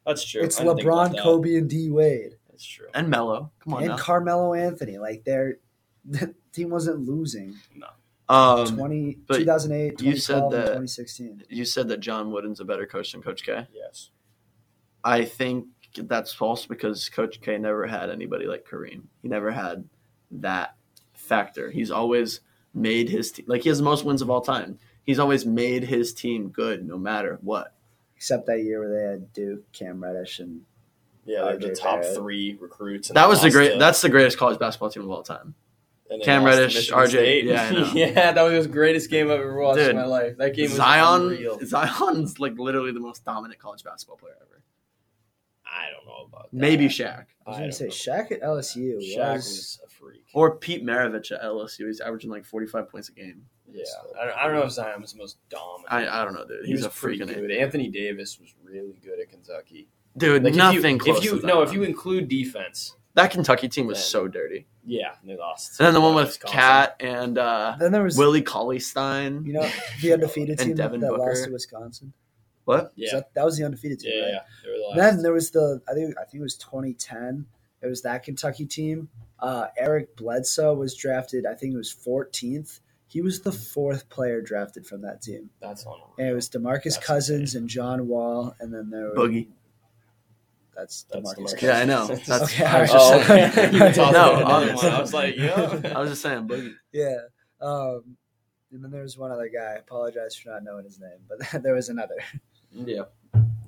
S3: That's true.
S1: It's
S3: I didn't think about
S1: LeBron,
S3: that.
S1: Kobe, and D Wade,
S3: That's true.
S2: And Mello, come on
S1: and
S2: now.
S1: Carmelo Anthony. Like their the team wasn't losing.
S2: Um,
S1: 20,
S2: but
S1: 2008,
S2: you said
S1: 2012, and
S2: that-
S1: 2016.
S2: you said that John Wooden's a better coach than Coach K.
S3: Yes.
S2: I think that's false because Coach K never had anybody like Kareem. He never had that factor. He's always made his team like he has the most wins of all time. He's always made his team good no matter what.
S1: Except that year where they had Duke, Cam Reddish, and
S3: Yeah, they're the
S1: RJ
S3: top
S1: Barrett.
S3: three recruits. and
S2: That
S3: they
S2: was the
S3: lost
S2: great.
S3: to-
S2: That's the greatest college basketball team of all time.
S3: and they
S2: Cam
S3: lost to
S2: Reddish,
S3: Michigan
S2: RJ,
S3: State.
S2: yeah, I know.
S3: yeah, that was the greatest game I've ever watched
S2: Dude,
S3: in my life. That game was unreal.
S2: Zion. Zion's like literally the most dominant college basketball player ever.
S3: I don't know about that.
S2: Maybe Shaq
S1: I was
S3: I
S1: going to say
S3: don't
S1: Shaq at LSU.
S3: know. Shaq
S1: was-
S3: was a freak.
S2: or Pete Maravich at LSU. He's averaging like forty-five points a game.
S3: Yeah, I don't, I don't know if Zion was the most dominant.
S2: I, I don't know, dude.
S3: He
S2: He's
S3: was
S2: a
S3: pretty
S2: freaking
S3: good. Anthony Davis was really good at Kentucky.
S2: dude.
S3: Like,
S2: nothing
S3: if you,
S2: close.
S3: If you
S2: to
S3: no,
S2: Zion.
S3: if you include defense,
S2: that Kentucky team was
S3: Man.
S2: so dirty.
S3: yeah, they lost.
S2: And then the one with
S3: Wisconsin.
S2: Cat and uh,
S1: then there was,
S2: Willie Cauley Stein.
S1: you know, the undefeated
S2: And
S1: team that
S2: Devin
S1: lost
S2: Booker.
S1: to Wisconsin.
S2: What?
S1: Was
S3: Yeah,
S1: That, that was the undefeated team,
S3: yeah,
S1: right?
S3: yeah. They were the last.
S1: Then there was the I think I think it was 2010. It was that Kentucky team. Uh, Eric Bledsoe was drafted. I think it was 14th. He was the fourth player drafted from that team,
S3: That's on.
S1: and it was Demarcus
S3: That's
S1: Cousins and John Wall, and then there was
S2: Boogie.
S1: that's
S3: That's
S1: Demarcus.
S3: DeMarcus.
S1: Cousins.
S2: Yeah, I know. That's,
S1: Okay,
S2: I was
S1: all
S2: just
S1: right.
S3: Oh,
S2: saying,
S3: okay.
S1: You
S3: You tossed
S2: No, Uh,
S3: out another
S2: obviously.
S3: one. I was like, yeah.
S2: I was just saying Boogie.
S1: Yeah. Um, and then there was one other guy. I apologize for not knowing his name, but there was another.
S3: yeah.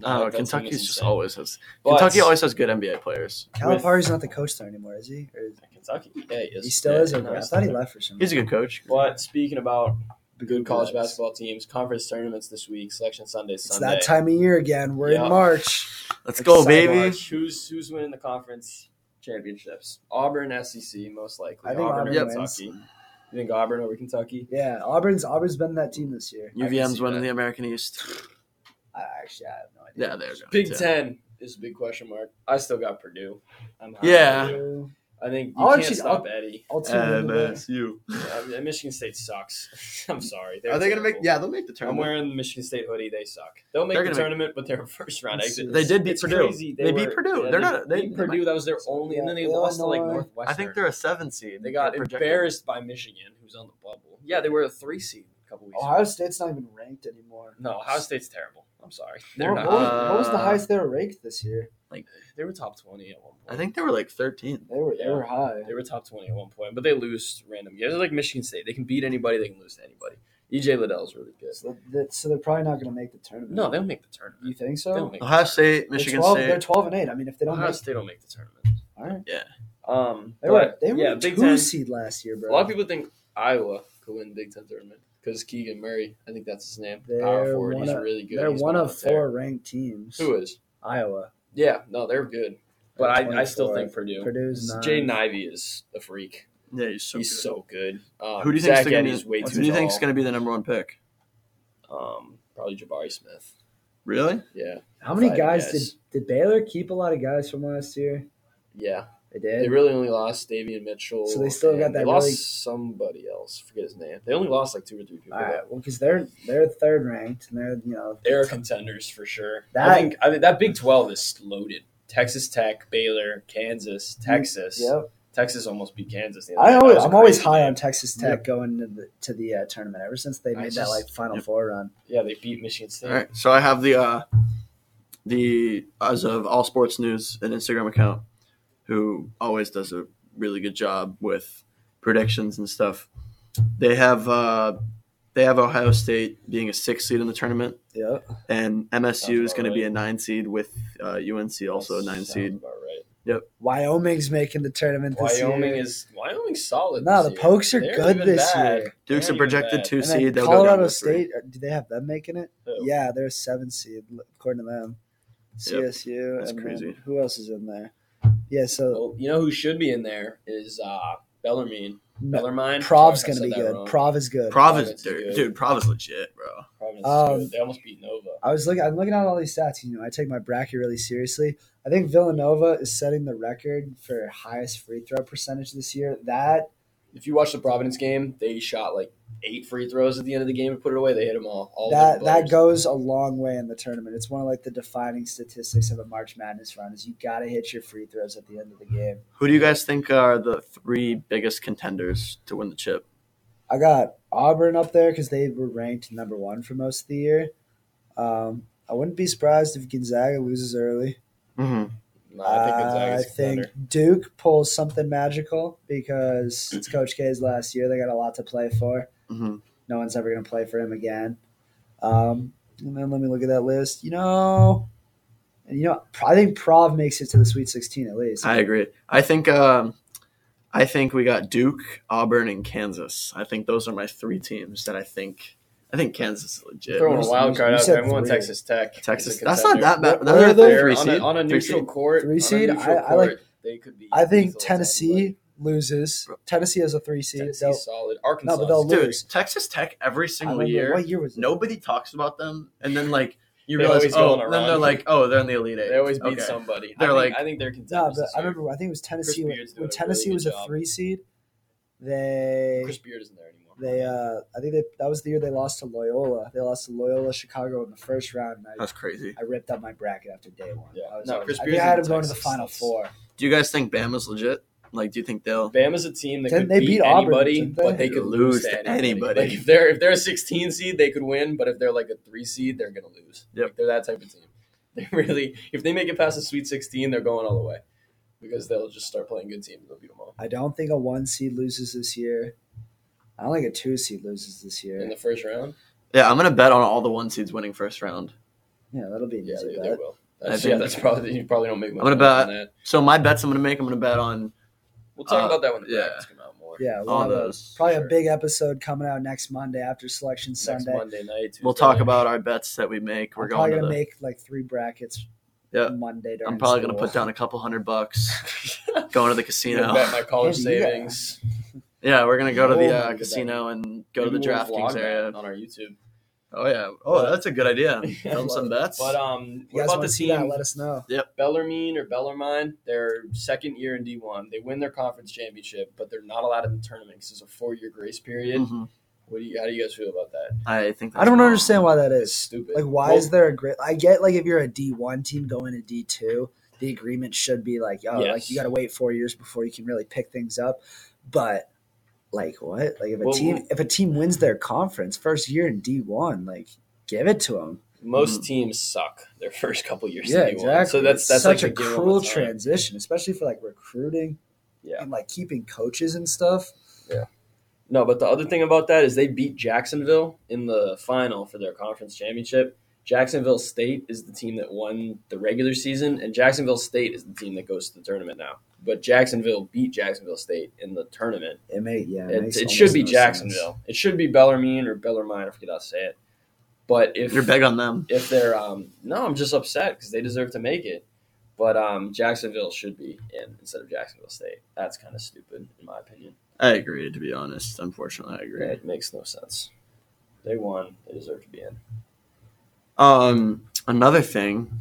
S2: Oh,
S3: That team is
S2: Kentucky's just
S3: insane.
S2: always has
S3: But-
S2: Kentucky always has good NBA players.
S1: Calipari's not the coach there anymore, is he? Or is,
S3: Kentucky. Yeah, he is.
S1: he still
S2: yeah,
S1: is.
S3: no,
S1: Okay. I
S3: he's
S1: thought he
S3: not
S1: left for some.
S2: He's a good coach.
S3: But speaking about good college
S1: Yes.
S3: basketball teams, conference tournaments this week, selection Sunday,
S1: It's
S3: Sunday.
S1: that time of year again. We're
S3: Yeah.
S1: in March.
S2: Let's go,
S1: Excited.
S2: baby.
S3: March, who's who's winning the conference championships? Auburn, SEC, most likely.
S1: I think
S3: Auburn, or
S1: Auburn wins.
S3: Kentucky. You think Auburn over Kentucky?
S1: Yeah, Auburn's Auburn's been that team this year.
S2: UVM's
S3: see
S2: winning
S3: that.
S2: the American East.
S1: I actually I have no idea.
S2: Yeah, they're going
S3: Big
S2: to.
S3: Ten is a big question mark. I still got Purdue. I'm high on
S2: Yeah.
S3: Purdue. I think you
S1: I'll
S3: can't
S1: actually-
S3: stop Eddie.
S2: And
S1: Ultimately,
S2: that's you.
S3: I mean, Michigan State sucks. I'm sorry. They're
S2: Are they going to make?
S3: terrible.
S2: Yeah, they'll make the
S3: I'm
S2: tournament.
S3: wearing the Michigan State hoodie. They suck. They'll make
S2: They're
S3: the
S2: gonna make-
S3: tournament, but they're a first round
S1: It's-
S3: exit.
S2: they did beat
S3: It's
S2: Purdue.
S3: crazy.
S2: They beat Purdue. They're not- they-
S3: beat Purdue. That was their only, and then they
S1: Yeah,
S3: lost to like
S1: Illinois.
S2: I
S3: Northwestern.
S2: think they're a seven seed.
S3: They got
S2: They're projected.
S3: embarrassed by Michigan, who's on the bubble. Yeah, they were a three seed a couple weeks.
S1: Ohio
S3: ago.
S1: State's not even ranked anymore.
S3: No, Ohio State's terrible. I'm sorry. They're
S1: What,
S3: not.
S1: what was, what was the
S2: Uh,
S1: highest they were ranked this year?
S3: they were top twenty at one point.
S2: I think they were like 13.
S1: They were they
S3: yeah.
S1: were high.
S3: They were top 20 at one point, but they lose random games. They're like Michigan State. They can beat anybody, they can lose to anybody. EJ Liddell's really good.
S1: So, that, so they're probably not going to make the tournament.
S3: No, they'll make the
S1: you
S3: tournament.
S1: think so?
S3: They'll make
S2: Ohio State,
S1: They're
S2: Michigan
S1: 12, They're
S2: State.
S1: twelve and eight. I mean, if they don't
S3: Ohio
S1: make,
S3: State don't make the tournament.
S1: all right.
S3: Um,
S1: They were
S3: but,
S1: they were
S3: yeah,
S1: a
S3: Big
S1: two
S3: Ten.
S1: seed last year,
S4: A
S1: bro.
S4: lot of people think Iowa could win Big Ten tournament because Keegan Murray. I think that's his name. Power
S1: They're
S4: forward.
S1: one
S4: He's
S1: of-
S4: really good.
S1: they're
S4: He's
S1: one
S4: not
S1: of
S4: up there.
S1: four ranked teams.
S4: Who is?
S1: Iowa,
S4: Yeah, no, they're good.
S3: But
S1: They're
S3: I, I still
S1: 24.
S3: think Purdue.
S1: Purdue's not.
S3: Jaden Ivey is a freak.
S2: Yeah, you're so
S3: he's
S2: good.
S3: so good. Um,
S2: Who do you
S3: Zach
S2: think
S3: Eddy's way too
S2: Who do you think's
S3: tall.
S2: going to be the number one pick?
S3: um, probably Jabari Smith.
S2: Really?
S4: Yeah,
S1: How many
S3: Five
S1: guys did,
S3: guys.
S1: did Baylor keep a lot of guys from last year?
S4: yeah.
S1: They did.
S4: They really only lost Davian Mitchell.
S1: So they still
S4: and
S1: got that
S4: They lost
S1: really-
S4: somebody else. Forget his name. They only lost like two or three people.
S1: All right. Well, because they're they're third ranked and they're you know
S3: They're contenders for sure.
S1: That-
S3: I think I mean, that Big 12 is loaded. Texas Tech, Baylor, Kansas, Texas.
S1: Mm, Yep.
S3: Texas almost beat Kansas. The
S1: I
S3: other day.
S1: always
S3: That was
S1: I'm always
S3: crazy.
S1: high on Texas Tech going to the to the uh, tournament ever since they
S3: I
S1: made that
S3: just-
S1: like Final
S2: Yep.
S1: Four run.
S3: Yeah, they beat Michigan State.
S2: All right. So I have the uh, the as of all sports news an Instagram account who always does a really good job with predictions and stuff. They have uh, they have Ohio State being a six seed in the tournament,
S1: Yeah.
S2: and MSU
S3: Sounds
S2: is going
S3: about
S2: to be
S3: right.
S2: a nine seed with uh, UNC also a
S3: That
S2: nine
S3: sounds
S2: seed.
S3: about right.
S1: Wyoming's making the tournament this
S3: Wyoming
S1: year.
S3: is Wyoming's solid.
S1: no, the
S3: this year.
S1: Pokes are
S3: They're
S1: good
S3: even
S1: this
S3: bad.
S1: year.
S2: Duke's a
S3: They're even
S2: projected
S3: bad.
S2: two
S1: And then
S2: seed. They'll go down
S1: Colorado
S2: to three.
S1: State, do they have them making it?
S3: Who?
S1: Yeah, they're a seven seed according to them. CSU.
S2: That's
S1: and
S2: crazy.
S1: Then who else is in there? Yeah, so
S3: Well, you know who should be in there is uh, Bellarmine.
S1: no,
S3: Bellarmine.
S1: Prov's
S3: Sorry
S1: going to be
S3: if I said that
S1: good.
S3: wrong.
S1: Prov is good.
S2: Providence,
S3: Providence is
S2: dude,
S3: good.
S2: dude, Providence legit, bro.
S3: Providence
S1: Um,
S3: is good. They almost beat Nova.
S1: I was looking. I'm looking at all these stats. You know, I take my bracket really seriously. I think Villanova is setting the record for highest free throw percentage this year. That
S3: If you watch the Providence game, they shot like eight free throws at the end of the game and put it away. They hit them all. all
S1: that
S3: the
S1: that
S3: butters.
S1: goes a long way in the tournament. It's one of like the defining statistics of a March Madness run is you got to hit your free throws at the end of the game.
S2: Who do you guys think are the three biggest contenders to win the chip?
S1: I got Auburn up there because they were ranked number one for most of the year. Um, I wouldn't be surprised if Gonzaga loses early.
S2: Mm-hmm.
S3: No, I think Gonzaga's
S1: I
S3: a
S1: think
S3: contender.
S1: Duke pulls something magical because it's Coach K's last year. They got a lot to play for.
S2: Mm-hmm.
S1: No one's ever going to play for him again. Um, and then let me look at that list. You know, and you know, I think Prov makes it to the Sweet 16 at least.
S2: I agree. I think um, I think we got Duke, Auburn, and Kansas. I think those are my three teams, and I think I think Kansas is legit.
S3: Throwing a
S1: you-
S3: wild card
S1: you
S3: out
S1: said
S3: there. I'm going
S1: three.
S3: Texas Tech.
S2: Texas.
S3: It's a
S2: That's not
S3: contender.
S2: that bad.
S1: Where- where
S2: That's
S1: are they?
S2: another three seed.
S3: They're on a, on a
S2: Three
S3: neutral
S2: seed.
S3: court.
S1: Three
S3: on a
S1: seed?
S3: neutral
S1: I- I like-
S3: court, they could be.
S1: I think
S3: easily top,
S1: Tennessee loses. Tennessee has a three
S3: but
S1: seed.
S3: Tennessee's solid. Arkansas.
S1: No, but they'll
S3: is
S1: lose.
S3: good.
S2: Dude, Texas Tech every
S1: They'll- I
S2: single
S1: remember-
S2: year.
S1: What year was it?
S2: Nobody talks about them, and then like you
S3: They
S2: realize,
S3: always go
S2: oh,
S3: on a
S2: then
S3: run.
S2: they're like, oh, they're in the elite eight.
S3: They always beat
S2: Okay.
S3: somebody.
S2: They're
S3: I think,
S2: like-
S3: I think they're
S1: No,
S3: contenders.
S1: but
S3: this
S1: I
S3: year.
S1: remember. I think it was Tennessee. When,
S3: Beard's doing
S1: when
S3: a really
S1: Tennessee
S3: good
S1: was a
S3: job.
S1: three seed, they
S3: Chris Beard isn't there anymore.
S1: they uh, I think they, that was the year they lost to Loyola. They lost to Loyola Chicago in the first round. And I,
S2: That's crazy.
S1: I ripped up my bracket after day one.
S3: Yeah.
S1: I was
S3: No,
S1: like-
S3: Chris
S1: I think
S3: Beard's
S1: I had
S3: in
S1: them going to the
S3: Texas.
S1: final four.
S2: Do you guys think Bama's legit? Like, do you think they'll?
S3: Bama's a team that
S1: Didn't
S3: could
S1: they
S3: beat,
S1: beat Auburn,
S3: anybody,
S1: didn't they?
S3: but they
S2: They
S3: could
S2: could
S3: lose
S2: lose
S3: to
S2: to
S3: anybody.
S2: anybody.
S3: Like if they're if they're a 16 seed, they could win, but if they're like a three seed, they're gonna lose.
S2: Yep.
S3: Like, they're that type of team. They really, if they make it past the Sweet 16, they're going all the way because they'll just start playing good teams. and They'll beat them all
S1: I don't think a one seed loses this year. I don't think a two seed loses this
S3: in
S1: year.
S3: the first round.
S2: Yeah, I'm gonna bet on all the one seeds winning first round.
S1: Yeah, that'll be an
S3: Yeah,
S1: easy
S3: they, they
S1: bet.
S3: will. That's,
S2: think-
S3: yeah, that's probably you probably don't make. much
S2: I'm gonna
S3: money on that.
S2: So my bets I'm gonna make. I'm gonna bet on
S3: We'll talk
S2: Uh,
S3: about that when the
S2: yeah.
S3: brackets come out more.
S1: Yeah, we'll
S2: all
S1: have a-
S2: those.
S1: probably
S3: sure.
S1: a big episode coming out next Monday after Selection
S3: next
S1: Sunday.
S3: Monday night.
S2: We'll
S3: Tuesday
S2: talk
S3: night.
S2: about our bets that we make. We're
S1: I'm probably
S2: going to
S1: gonna
S2: the,
S1: make like three brackets.
S2: Yeah.
S1: Monday. During
S2: I'm probably going to
S1: school.
S2: put down a couple hundred bucks. Going to the
S3: You know,
S2: casino.
S3: bet my college
S1: Andy, you got-
S3: savings.
S2: yeah, we're going to go to
S1: Oh
S2: the
S1: my
S2: uh,
S1: goodness.
S2: casino and go to the
S3: Maybe we'll vlog
S2: DraftKings
S3: that
S2: area.
S3: on our YouTube.
S2: Oh yeah. Oh, that's a good idea. Film some bets.
S1: uh,
S3: But um,
S1: You
S3: what
S1: guys
S3: about
S1: wanna
S3: the
S1: see that?
S3: team
S1: Let us know.
S3: Bellarmine or Bellarmine? Their second year in D one, they win their conference championship, but they're not allowed in the tournament because it's a four year grace period.
S2: Mhm.
S3: What do you? How do you guys feel about that?
S2: I think.
S1: I don't understand why that
S3: It's
S1: is.
S3: stupid.
S1: Like, why
S3: Well,
S1: is there a great? I get like if you're a D one team going to D two, the agreement should be like, oh, like
S3: Yes.
S1: you got to wait four years before you can really pick things up. But like what? Like if a
S3: Well,
S1: team
S3: we-
S1: if a team wins their conference first year in D one, like give it to them.
S3: most teams suck their first couple years?
S1: Yeah,
S3: in D1.
S1: exactly.
S3: So that's
S1: It's
S3: that's
S1: such
S3: like
S1: a
S3: the game all
S1: cruel
S3: the time.
S1: transition, especially for like recruiting
S3: Yeah.
S1: and like keeping coaches and stuff.
S3: No, but the other thing about that is they beat Jacksonville in the final for their conference championship. Jacksonville State is the team that won the regular season, and Jacksonville State is the team that goes to the tournament now. But Jacksonville beat Jacksonville State in the tournament.
S1: It may, yeah, it,
S3: It,
S1: makes
S3: it should
S1: almost
S3: be
S1: no sense.
S3: Jacksonville. It should be Bellarmine or Bellarmine. I forget how to say it. But if
S2: You're big on them.
S3: if they're um, no, I'm just upset because they deserve to make it. But um, Jacksonville should be in instead of Jacksonville State. That's kind of stupid, in my opinion.
S2: I agree. To be honest, unfortunately, I agree.
S3: It makes no sense. They won. They deserve to be in.
S2: Um, another thing,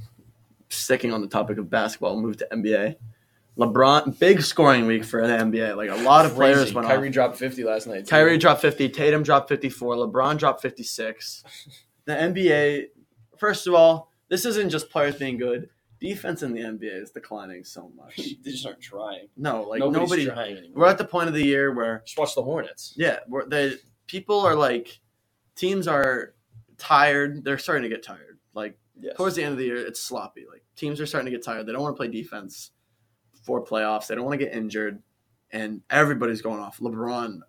S2: sticking on the topic of basketball, we'll move to NBA. LeBron, big scoring week for the NBA. Like a lot of players
S3: Crazy.
S2: went
S3: Kyrie
S2: off.
S3: dropped 50 last night. too.
S2: Kyrie dropped fifty. Tatum dropped fifty-four. LeBron dropped fifty-six. The NBA. First of all, this isn't just players being good. Defense in the NBA is declining so much.
S3: they just aren't trying.
S2: No, like
S3: Nobody's
S2: nobody.
S3: trying anymore.
S2: We're at the point of the year where
S3: just watch the Hornets.
S2: Yeah, we're, the people are like, teams are tired. They're starting to get tired. Like
S3: Yes.
S2: towards the end of the year, it's sloppy. Like teams are starting to get tired. They don't want to play defense for playoffs. They don't want to get injured, and everybody's going off. LeBron,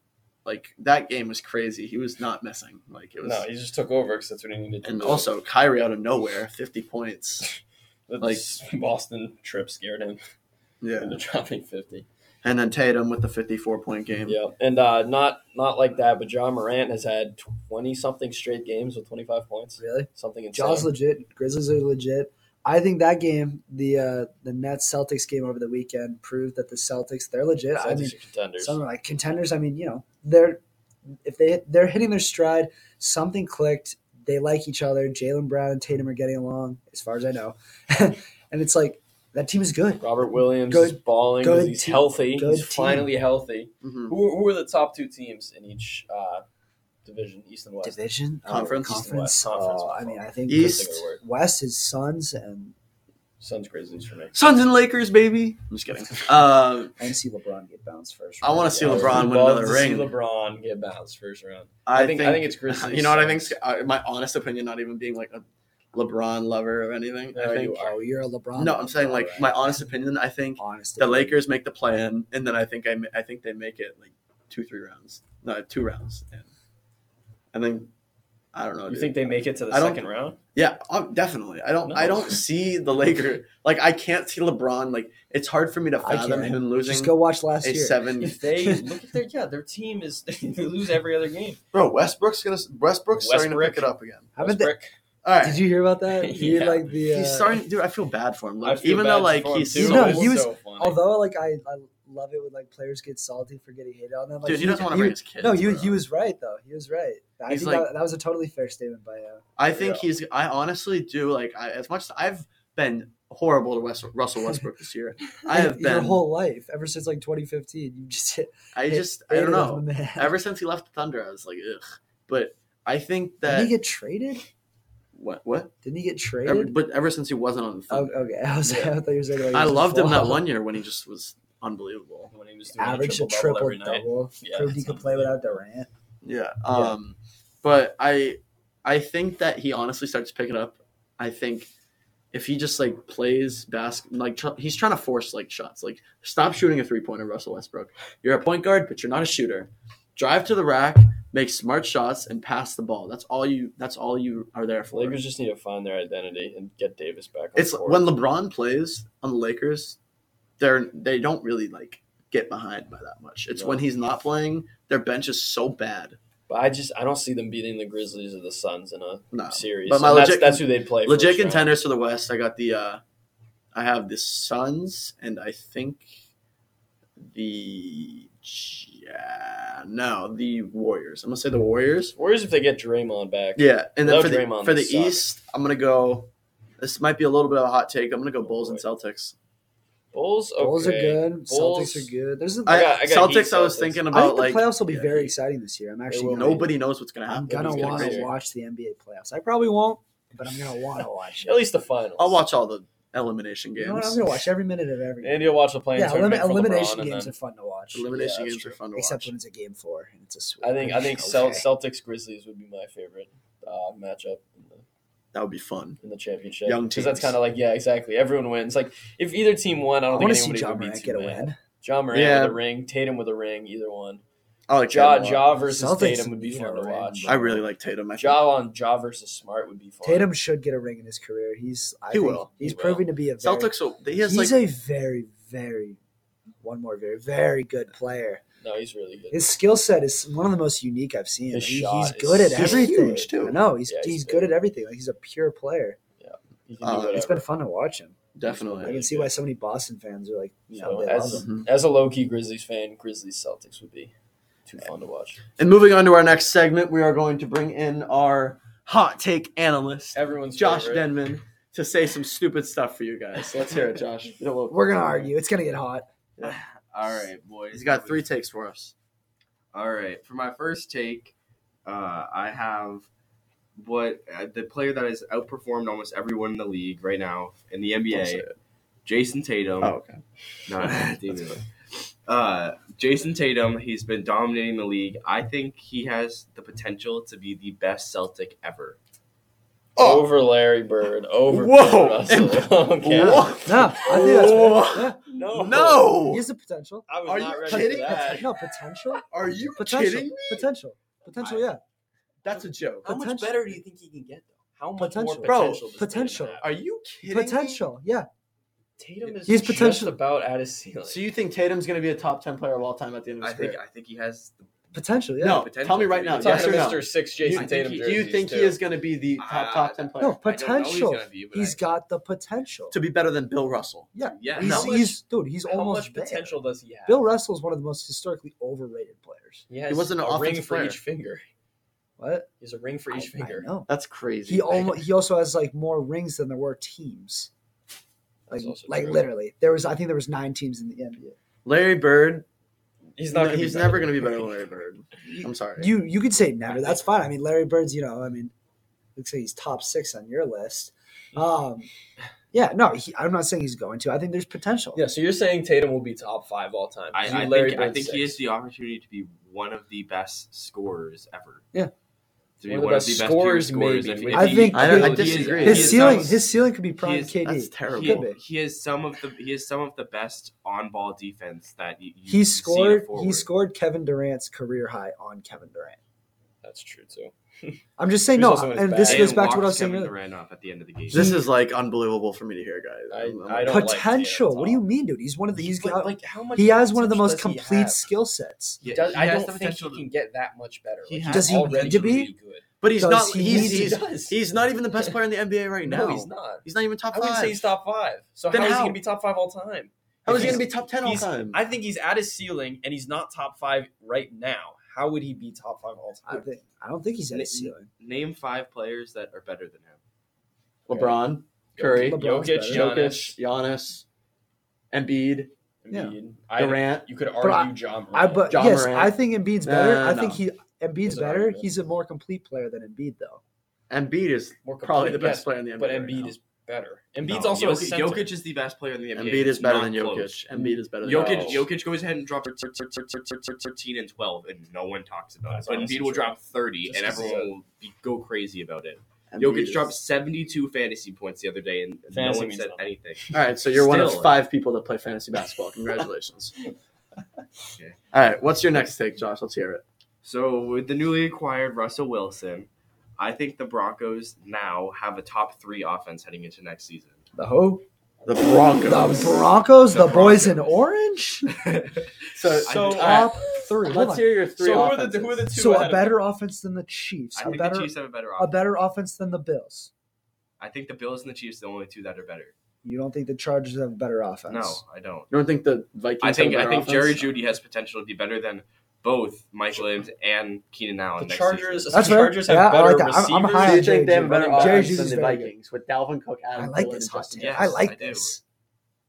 S2: like that game was crazy. He was not missing. Like it was.
S3: no, he just took over because that's what he needed to
S2: and
S3: do.
S2: also Kyrie out of nowhere, fifty points.
S3: That's- Boston trip scared him
S2: Yeah,
S3: into dropping 50.
S2: and then Tatum with the fifty-four point game.
S3: Yeah, and uh, not not like that, but John Morant has had 20 something straight games with 25 points.
S1: Really?
S3: Something insane.
S1: Jaw's legit. Grizzlies are legit. I think that game, the uh, the Nets Celtics game over the weekend, proved that the Celtics they're legit.
S3: Celtics
S1: I mean,
S3: are contenders.
S1: some like contenders. I mean, you know, they're if they they're hitting their stride, something clicked. They like each other. Jalen Brown and Tatum are getting along, as far as I know, and it's like that team is good.
S3: Robert Williams
S1: Good-
S3: is balling because
S1: good
S3: he's
S1: team.
S3: healthy.
S1: Good
S3: he's
S1: team.
S3: finally healthy.
S2: Mhm.
S3: Who, who are the top two teams in each uh, division, East and West?
S1: Division Oh,
S2: Conference?
S1: conference.
S3: West, conference.
S1: Oh, I mean, I think
S2: East.
S3: That's a good word.
S1: West is Suns and
S3: Suns Grizzlies for me.
S2: Suns and Lakers, baby. I'm just kidding. Um,
S1: I see LeBron get bounced first.
S2: I wanna see
S1: Yeah.
S2: LeBron win
S3: would love
S2: another
S3: to see
S2: ring.
S3: LeBron get bounced first round.
S2: I,
S3: think, I think it's Grizzlies.
S2: You know what I think? Uh, My honest opinion, not even being like a LeBron lover or anything. I
S3: No,
S2: think
S3: you
S1: Oh, you're a LeBron.
S2: no. I'm saying like my honest
S1: honest
S2: opinion. I think
S1: honest.
S2: the Lakers make the plan, and then I think I ma- I think they make it like two three rounds, no two rounds, and I think I don't know.
S3: You
S2: dude.
S3: think they make it to the
S2: I don't-
S3: second round?
S2: Yeah, um, definitely. I don't. I
S3: No.
S2: don't see the Lakers. Like I can't see LeBron. Like it's hard for me to
S1: I
S2: fathom
S1: can.
S2: him losing
S1: Just go watch last
S2: a
S1: year.
S2: seven.
S3: If they look at their yeah, their team is they lose every other game.
S2: Bro, Westbrook's gonna Westbrook's starting to
S3: Westbrook.
S2: pick it up again.
S1: Haven't they,
S3: Westbrook,
S2: All right.
S1: Did you hear about that? He
S3: Yeah.
S1: like the. Uh,
S2: He's starting, dude. I feel bad for him.
S3: I
S2: Like,
S3: feel
S2: even
S3: bad
S2: though like
S3: for him,
S2: he's
S3: too,
S2: so
S1: No,
S3: but it's
S1: he was-
S3: so funny.
S1: Although, like I, I love it when like players get salty for getting hated on them. Like,
S2: dude, he doesn't want to bring his kids.
S1: No, you
S2: bro.
S1: he was right though. He was right. I
S2: He's
S1: think
S2: like-
S1: that, that was a totally fair statement by uh, him.
S2: I think
S3: Yeah.
S2: he's. I honestly do like I, as much. as I've been horrible to West, Russell Westbrook this year. I have
S1: your
S2: been.
S1: whole life ever since like 2015. You just hit,
S2: I just. I
S1: hated
S2: don't
S1: on
S2: know.
S1: the man.
S2: Ever since he left the Thunder, I was like, ugh. But I think
S1: Didn't
S2: that
S1: he get traded?
S2: what what.
S1: Didn't he get
S2: Ever,
S1: traded?
S2: but ever since he wasn't on the
S1: Oh,
S2: Thunder,
S1: okay, I was. I thought you were saying. Like, he
S2: I
S1: was
S2: loved him that
S1: flop.
S2: one year when he just was unbelievable.
S3: when he was doing
S1: Average
S3: a
S1: a
S3: triple
S1: triple
S3: every night.
S1: double.
S3: Yeah,
S1: Proved he could play without Durant.
S2: Yeah. Um, but I, I think that he honestly starts picking up. I think if he just like plays basket, like tr- he's trying to force like shots. Like stop shooting a three pointer, Russell Westbrook. You're a point guard, but you're not a shooter. Drive to the rack, make smart shots, and pass the ball. That's all you. That's all you are there for.
S3: Lakers just need to find their identity and get Davis back. On
S2: it's
S3: the court.
S2: when LeBron plays on the Lakers, they're they don't really like get behind by that much. It's
S3: No.
S2: when he's not playing, their bench is so bad.
S3: But I just I don't see them beating the Grizzlies or the Suns in a
S2: No.
S3: series.
S2: Uh, But my
S3: And
S2: legit-
S3: that's, that's who they'd play.
S2: legit
S3: first round.
S2: contenders for the West. I got the uh I have the Suns and I think the ja- no the Warriors. I'm gonna say the Warriors.
S3: Warriors if they get Draymond back.
S2: Yeah, and then
S3: Without
S2: for the
S3: Draymond,
S2: for the
S3: they suck.
S2: East, I'm gonna go. This might be a little bit of a hot take. I'm gonna go Bulls and Celtics.
S3: Bulls. Okay.
S1: Bulls are good.
S3: Bulls-
S1: Celtics are good. There's a,
S3: I
S2: I,
S3: got- I got
S2: Celtics,
S3: Heat
S2: I was
S3: Celtics.
S2: thinking
S1: I think
S2: about
S1: the
S2: like
S1: playoffs will be
S3: yeah,
S1: very
S3: Heat.
S1: exciting this year. I'm
S3: They
S1: actually
S3: will.
S1: gonna,
S2: nobody knows what's gonna
S1: I'm
S2: happen.
S1: gonna
S3: Nobody's
S2: It's
S3: gonna
S1: want
S3: be
S1: to
S3: there.
S1: watch the NBA playoffs. I probably won't, but I'm gonna want to watch. it.
S3: At least the finals.
S2: I'll watch all the elimination
S1: You
S2: games.
S1: know what? I'm gonna watch every minute of every.
S3: And you'll watch the playing
S1: yeah, elim-
S3: tournament for
S1: elimination
S3: LeBron, and
S1: games
S3: then-
S1: are fun to watch.
S3: Yeah,
S2: Elimination
S3: that's
S2: games are
S3: true.
S2: fun to
S1: Except
S2: watch.
S1: when it's a game four and it's a sweep.
S3: I think I think Cel-
S1: Okay.
S3: Celtics Grizzlies would be my favorite uh, matchup in the,
S2: That would be fun.
S3: in the championship.
S2: Young
S3: because that's
S2: teams.
S3: kind of like yeah, exactly. Everyone wins. Like if either team won, I
S1: I
S3: don't
S1: want
S3: think
S1: to see
S3: anybody
S1: John
S3: would be
S1: Morant
S3: too
S1: get a
S3: mad.
S1: win.
S3: John Morant
S2: Yeah.
S3: with a ring, Tatum with a ring, either one.
S2: I like
S3: Ja
S2: Tatum. a lot.
S3: Ja versus
S1: Celtics
S3: Tatum would be
S1: need a
S3: fun to
S1: ring,
S3: watch.
S1: but-
S2: I really like Tatum. I think.
S3: Ja on Ja versus Smart would be fun.
S1: Tatum should get a ring in his career. He's I
S2: He
S1: think
S2: will.
S1: He's
S3: He will.
S1: proving to be a very,
S2: Celtics. will- He has
S1: He's
S2: like
S1: a very very one more very very good player.
S3: No, he's really good.
S1: His skill set is one of the most unique I've seen.
S3: His
S1: He- he's
S3: shot is
S1: good at
S3: huge,
S1: everything.
S2: too.
S1: I know he's
S3: Yeah,
S1: he's,
S3: he's
S1: good
S3: big.
S1: at everything. Like he's a pure player.
S3: He can do
S2: Uh,
S3: whatever.
S1: It's been fun to watch him. I
S2: definitely.
S1: can see why so many Boston fans are like, you know,
S3: So
S1: they love
S3: as
S1: him.
S2: him.
S3: as a low key Grizzlies fan, Grizzlies Celtics would be too fun to watch.
S2: And moving on to our next segment, we are going to bring in our hot take analyst,
S3: Everyone's
S2: Josh
S3: favorite.
S2: Denman, to say some stupid stuff for you guys. Let's hear it, Josh. Get a little-
S1: We're gonna argue. It's gonna get hot.
S5: All right, boys.
S2: He's got three takes for us.
S5: All right. For my first take, uh, I have what uh, the player that has outperformed almost everyone in the league right now in the
S2: Don't say
S5: NBA,
S2: it.
S5: Jason Tatum.
S2: Oh, okay.
S5: No, That's fine. uh, Jason Tatum. He's been dominating the league. I think he has the potential to be the best Celtic ever.
S2: Oh.
S3: Over Larry Bird, over
S2: Whoa.
S3: Bill Russell. okay.
S1: No,
S2: Whoa.
S1: Oh. I think that's
S2: Whoa.
S1: fair.
S3: No,
S1: Yeah.
S2: No,
S1: He has the potential.
S3: I was
S2: Are
S3: not
S2: you
S3: ready
S2: kidding?
S3: for that.
S1: No potential.
S2: are you
S1: Potential.
S2: kidding?
S1: Potential. Potential. Yeah.
S2: That's a joke.
S3: How much
S1: Potential.
S3: better do you think he can get though? How much
S1: Potential.
S3: more
S2: Bro,
S3: potential? does
S1: potential.
S3: Tatum,
S2: Are you kidding? me?
S1: Potential. Yeah.
S3: have? Tatum
S1: He's
S3: is he's
S1: potential.
S3: potential about at his ceiling.
S2: So you think Tatum's going to be a top ten player of all time at the end of
S5: I
S2: his
S5: think.
S2: career?
S5: I think he has. The,
S1: Potential. Yeah.
S2: no,
S5: Potential.
S2: tell me right now.
S3: I'm talking
S2: Yes or
S3: to
S2: no?
S3: Mr. Six
S2: You
S3: Jason
S2: think
S3: Tatum.
S2: he- do
S3: jerseys,
S2: you think he
S3: too.
S2: is going to be the top
S5: Uh,
S2: top ten player
S1: No,
S5: I don't know who he's
S1: potential.
S5: gonna be, but
S1: He's
S5: I-
S1: got the potential.
S2: to be better than Bill Russell?
S5: yeah.
S1: he's,
S2: how much-
S1: he's dude. He's
S3: How
S1: almost
S3: much potential does he have?
S1: There. Bill Russell's one of the most historically overrated players.
S3: He, has
S2: He wasn't an
S3: a ring
S2: offensive
S3: for
S2: player.
S3: each finger.
S1: What?
S3: He has a ring for each
S1: Oh, I-
S3: finger.
S1: I know.
S2: That's crazy.
S1: He almost. He also has like more rings than there were teams. Like,
S3: That's also
S1: like
S3: true.
S1: literally, there was. I think there was nine teams in the NBA.
S2: Larry Bird.
S3: He's
S2: He's
S3: not.
S2: not.
S3: gonna be
S2: he's
S3: better
S2: never
S3: than
S2: going to be better
S3: Bird.
S2: than Larry Bird. I'm sorry.
S1: You you could say never. That's fine. I mean, Larry Bird's. You know, I mean, looks like he's top six on your list. Um, yeah. No, he, I'm not saying he's going to. I think there's potential.
S3: Yeah, so you're saying Tatum will be top five all time.
S5: I,
S3: You need
S5: I
S3: Larry
S5: think, I
S3: Bird
S5: think
S3: six.
S5: he has the opportunity to be one of the best scorers ever.
S1: Yeah.
S5: To be one, of the best
S3: scorers
S5: pure scorers.
S3: maybe.
S5: If- if
S1: I
S5: he-
S1: think- I don't- I
S5: he is-
S2: disagree.
S5: he
S1: His
S5: is
S1: ceiling.
S5: some-
S1: his ceiling could be prime
S5: he is-
S1: KD.
S2: That's
S5: he,
S2: terrible.
S1: Could be.
S5: he is some of the he is some of the best on ball defense that you, you
S1: he
S5: you've seen a
S1: scored he
S5: forward.
S1: scored Kevin Durant's career high on Kevin Durant.
S3: That's true too.
S1: I'm just saying
S3: He
S1: no,
S3: was also in his
S1: and
S3: bag.
S1: this
S5: And
S1: goes back to what I
S5: walked
S1: was saying
S5: Kevin
S1: earlier.
S5: Durant off at the end of the game.
S2: This is like unbelievable for me to hear, guys.
S3: I-
S2: I'm- I'm
S3: I
S2: like-
S3: don't like
S1: Potential.
S3: Tatum
S1: what do you mean, dude? He's one of the he's
S3: But,
S1: got,
S3: like how much
S1: he has one of the most
S3: potential does he
S1: complete
S3: have?
S1: skill sets.
S5: Yeah,
S3: Does-
S5: he
S3: I
S5: has
S3: don't
S5: the
S3: think
S5: potential
S3: he
S5: to-
S3: can get that much better.
S5: He
S3: Like,
S5: has
S1: Does he
S3: already
S1: need to be?
S3: really good.
S2: but he's
S1: does
S2: not.
S1: he
S2: He's,
S1: need to-
S2: he's,
S3: does.
S2: he's not even the best player in the NBA right now.
S3: No, he's not.
S2: He's not even top
S3: I wouldn't
S2: five.
S3: say he's top five. So
S2: Then
S3: how is he
S2: how?
S3: gonna be top five all time?
S2: How is he
S3: He's-
S2: going to be top ten all
S3: he's-
S2: time?
S3: I think he's at his ceiling and he's not top five right now. How would he be top five all
S1: I
S3: time?
S1: think I don't think he's at his
S5: N-
S1: ceiling.
S5: Name five players that are better than him.
S2: LeBron, Curry,
S1: LeBron. LeBron's
S3: Jokic,
S1: better.
S2: Jokic,
S3: Giannis,
S2: Giannis, Embiid,
S1: Yeah.
S3: Embiid. I-
S2: Durant.
S3: You could
S1: But I-
S3: argue uh, John.
S1: I but
S2: John
S1: yes,
S2: Morant.
S1: I think Embiid's
S2: Nah,
S1: better. I
S2: no.
S1: think he Embiid's
S3: Doesn't
S1: better.
S3: argue.
S1: He's a more complete player than Embiid though.
S2: Embiid is probably the best player in the NBA.
S3: But
S2: right
S3: Embiid
S2: now.
S3: is better. Embiid's
S5: No,
S3: also a
S5: Jokic,
S3: center.
S5: Jokic is the best player in the NBA.
S2: Embiid is
S5: It's
S2: better
S5: not
S2: than
S5: close.
S2: Jokic. Embiid is better than
S5: Jokic,
S2: Jokic.
S5: Jokic goes ahead and drops 13 and 12, and no one talks about it.
S3: That's
S5: But
S3: honestly
S5: Embiid will
S3: true.
S5: drop 30,
S3: Just
S5: and
S3: 'cause he's
S5: everyone will be, go crazy about it.
S2: Embiid
S5: Jokic
S2: is-
S5: dropped 72 fantasy points the other day, and
S3: Fantasy
S5: no one
S3: means
S5: said
S3: nothing.
S5: anything.
S2: All right, so you're one of
S5: Still. uh,
S2: five people that play fantasy basketball. Congratulations. All right, what's your next take, Josh? Let's hear it.
S5: So, with the newly acquired Russell Wilson, I think the Broncos now have a top three offense heading into next season.
S1: The who?
S2: The
S1: The
S2: Broncos.
S1: Broncos, the,
S5: The
S1: boys in
S5: Broncos.
S1: orange?
S2: so,
S5: I-
S2: so all
S3: So- uh,
S2: right,
S1: Top three. Hold
S2: let's
S1: on.
S2: hear your three
S3: So who are,
S2: offenses.
S3: the, who are the two?
S1: So
S3: ahead
S1: a
S3: of
S1: better offense than the Chiefs.
S5: I
S1: A
S5: think the
S1: better
S5: Chiefs have a better
S1: a
S5: offense.
S1: better offense than the Bills.
S5: I think the Bills and the Chiefs are the only two that are better.
S1: You don't think the Chargers have a better offense?
S5: No, I don't.
S2: You don't think the Vikings?
S5: I think
S2: have
S5: I
S2: a better
S5: think Jerry
S2: offense?
S5: Judy has potential to be better than both Mike Williams and Keenan Allen.
S3: The
S5: next
S3: Chargers,
S5: season.
S1: That's
S3: the
S1: fair.
S3: Chargers have
S1: Yeah, I
S3: better
S1: like that.
S3: receivers.
S1: I'm- I'm high
S2: Do you
S1: on Jerry
S2: think they have a
S1: Judy.
S2: better
S1: Jerry
S2: offense
S1: Judy's
S2: than the
S1: very good.
S2: Vikings with Dalvin Cook?
S1: I
S2: Adam
S1: like
S2: Thielen,
S1: this
S2: and
S1: hot
S2: Justin
S1: take.
S5: Yes,
S1: I like
S5: I do.
S1: this.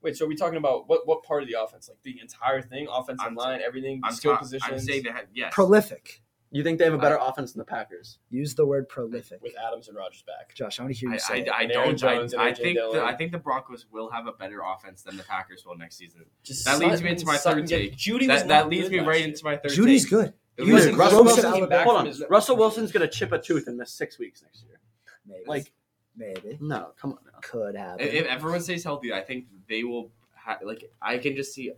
S3: Wait, so are we talking about what, what part of the offense? Like the entire thing, offensive
S5: I'm-
S3: line, everything,
S5: I'm,
S3: skill
S5: ta-
S3: positions
S5: I'm saying that yes.
S1: Prolific.
S2: You think they have a better offense than the Packers?
S1: Use the word prolific.
S3: with Adams and Rogers back.
S1: Josh, I want to hear
S5: I,
S1: you say
S5: I,
S1: it.
S5: I
S3: And Aaron
S5: don't.
S3: Jones and
S5: I, I
S3: A.J.
S5: think the,
S3: Dillon.
S5: I think the Broncos will have a better offense than the Packers will next season.
S3: Just
S5: That leads me into my
S3: Sutton
S5: third
S3: get-
S5: take.
S3: Judy was
S5: That, that
S3: not
S5: leads
S3: good
S5: me
S3: last
S5: right
S3: year.
S5: into my third.
S1: Judy's
S5: take.
S1: good.
S5: It
S1: He
S5: was
S1: was
S5: Russell
S1: gross
S5: Wilson
S1: at
S5: came
S1: Alabama.
S5: back
S2: Hold
S5: from
S2: on,
S5: his-
S2: Russell Wilson's gonna chip a tooth and miss six weeks next year.
S1: Maybe.
S2: Like,
S1: maybe
S2: no, come on. Now.
S1: could happen.
S5: If, if everyone stays healthy, I think they will. Ha- like I can just see.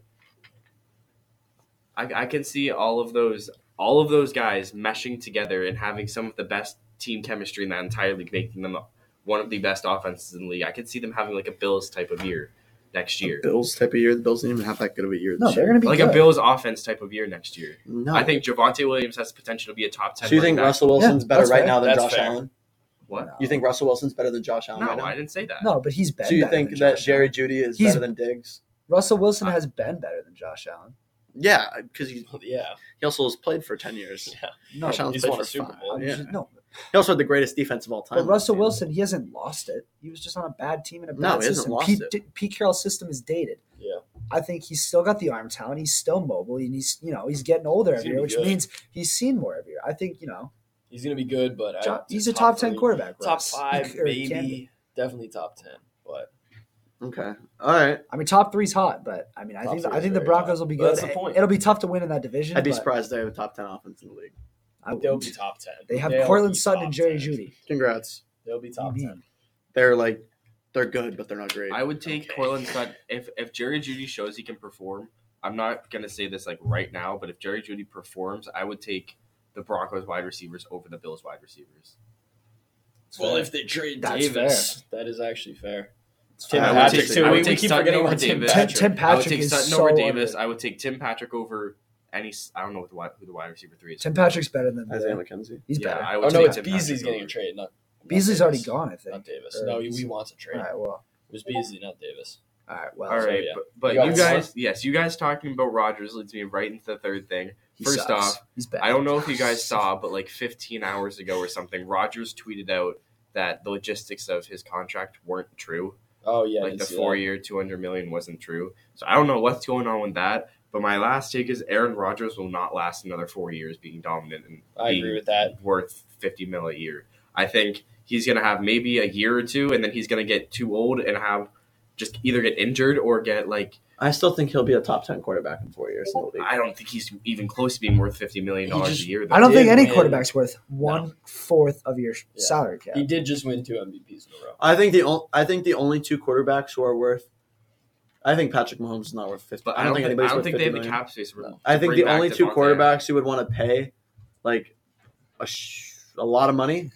S5: I, I can see all of those all of those guys meshing together and having some of the best team chemistry in that entire league, making them one of the best offenses in the league. I can see them having like a Bills type of year next year,
S2: Bills type of year. The Bills didn't even have that good of a year.
S1: no, they're going to be
S5: like
S1: good.
S5: a Bills offense type of year next year.
S2: No,
S5: I think Javante Williams has the potential to be a top ten.
S2: So you think
S5: running back.
S2: Russell Wilson's
S1: Yeah,
S2: better
S1: that's
S2: right
S1: fair.
S2: now than
S3: That's
S2: Josh
S3: fair.
S2: Allen?
S5: What?
S2: You think Russell Wilson's better than Josh Allen?
S5: No,
S2: right now?
S5: I didn't say that.
S1: No, but he's been.
S2: So you
S1: better
S2: think
S1: than
S2: that
S1: Josh
S2: Jerry
S1: Allen.
S2: Judy is
S1: He's-
S2: better than Diggs?
S1: Russell Wilson has been better than Josh Allen?
S2: Yeah, because he,
S3: Yeah,
S2: he also has played for ten years.
S1: No,
S2: Josh Allen's
S3: he's
S2: played
S3: won
S2: for
S3: a Super
S2: five.
S3: Bowl.
S1: I'm
S2: Yeah.
S1: just- no.
S2: He also had the greatest defense of all time.
S1: But Russell Wilson, he hasn't lost it. He was just on a bad team and a bad
S2: No, he hasn't
S1: system.
S2: lost
S1: Pete,
S2: it.
S1: D- Pete Carroll's system is dated.
S3: Yeah.
S1: I think he's still got the arm talent. He's still mobile, and he's you know he's getting older
S3: He's
S1: every
S3: gonna
S1: year,
S3: be
S1: which
S3: good.
S1: means he's seen more every year. I think you know
S3: he's gonna be good, but
S1: Jo-
S3: I,
S1: he's a top, ten
S3: three-
S1: quarterback.
S3: top
S1: Russ.
S3: five,
S1: Or can be.
S3: maybe definitely top ten. But
S2: Okay. All right.
S1: I mean, top three's hot, but I mean, I
S3: Top
S1: think the,
S3: three
S1: I
S3: is
S1: think the
S3: very
S1: Broncos
S3: hot.
S1: will be
S3: But
S1: good.
S3: that's the point.
S1: It'll be tough to win in that division.
S2: I'd be
S1: but
S2: surprised they have a top ten offense in the league.
S1: I
S3: they'll
S1: wouldn't.
S3: be top ten.
S1: Uh, They have
S3: They'll
S1: Cortland
S3: be
S1: Sutton
S3: top
S1: and Jerry
S3: 10.
S1: Judy. Mm-hmm.
S2: Congrats.
S3: They'll be top
S1: You mean.
S3: ten.
S2: They're like they're good, but they're not great.
S5: I would take
S3: Okay.
S5: Cortland Sutton if if Jerry Judy shows he can perform. I'm not gonna say this like right now, but if Jerry Judy performs, I would take the Broncos wide receivers over the Bills wide receivers.
S3: Well, if they trade
S1: That's
S3: Davis, that is actually fair. Tim
S2: fair. I would
S3: Patrick
S2: take-
S3: too.
S2: I
S3: We,
S2: would
S3: we
S5: Uh, take
S3: keep
S5: Sutton
S3: forgetting
S5: over
S3: about Tim
S5: Davis.
S1: Tim,
S3: Patrick.
S1: Tim
S5: I would
S1: Patrick
S5: take
S1: is
S5: Sutton
S1: so
S5: over Davis.
S1: underrated.
S5: I would take Tim Patrick over any. s- I don't know what the wide, who the wide receiver three is.
S1: Tim Patrick's better than
S2: Isaiah
S1: Davis.
S2: McKenzie.
S1: He's
S5: yeah,
S1: better.
S5: I would
S3: oh no,
S5: take
S3: it's
S5: Tim
S3: Beasley's
S5: Patrick
S3: getting a
S5: over.
S3: trade, not not
S1: Beasley's
S3: Davis.
S1: already gone, I
S3: Not
S1: think.
S3: Davis.
S1: Or
S3: No, we
S1: he's-
S3: wants a trade.
S1: All right, well,
S3: It was Beasley, not Davis.
S1: all right, well.
S5: All
S3: So,
S5: right,
S3: yeah. You
S5: but, but
S3: got
S5: you
S3: one
S5: guys, yes, you guys talking about Rogers leads me right into the third thing.
S1: he
S5: First
S1: sucks.
S5: off,
S1: he's bad.
S5: I don't know if you guys saw, but like 15 hours ago or something, Rogers tweeted out that the logistics of his contract weren't true.
S3: Oh yeah, I
S5: like
S3: did
S5: the
S3: see
S5: four
S3: that.
S5: year, 200 million wasn't true. So I don't know what's going on with that. But my last take is Aaron Rodgers will not last another four years being dominant and
S3: I
S5: being
S3: agree with that.
S5: worth 50 mil a year. I think he's going to have maybe a year or two, and then he's going to get too old and have just either get injured or get like
S2: I still think he'll be a top ten quarterback in four years in the league.
S5: I don't think he's even close to being worth 50 million dollars
S3: just-
S5: a year. Though.
S1: I don't think
S3: Did
S1: any
S3: win.
S1: quarterback's worth one fourth of your
S3: Yeah.
S1: salary cap.
S3: He did just win two MVPs in a row.
S2: I think the o- I think the only two quarterbacks who are worth. I think Patrick Mahomes is not worth fifty.
S5: But I don't, think,
S2: anybody's
S5: I don't
S2: worth
S5: think
S2: 50
S5: they have the
S2: million.
S5: cap space.
S2: No. I think the only two quarterbacks you would want to pay like a, sh- a lot of money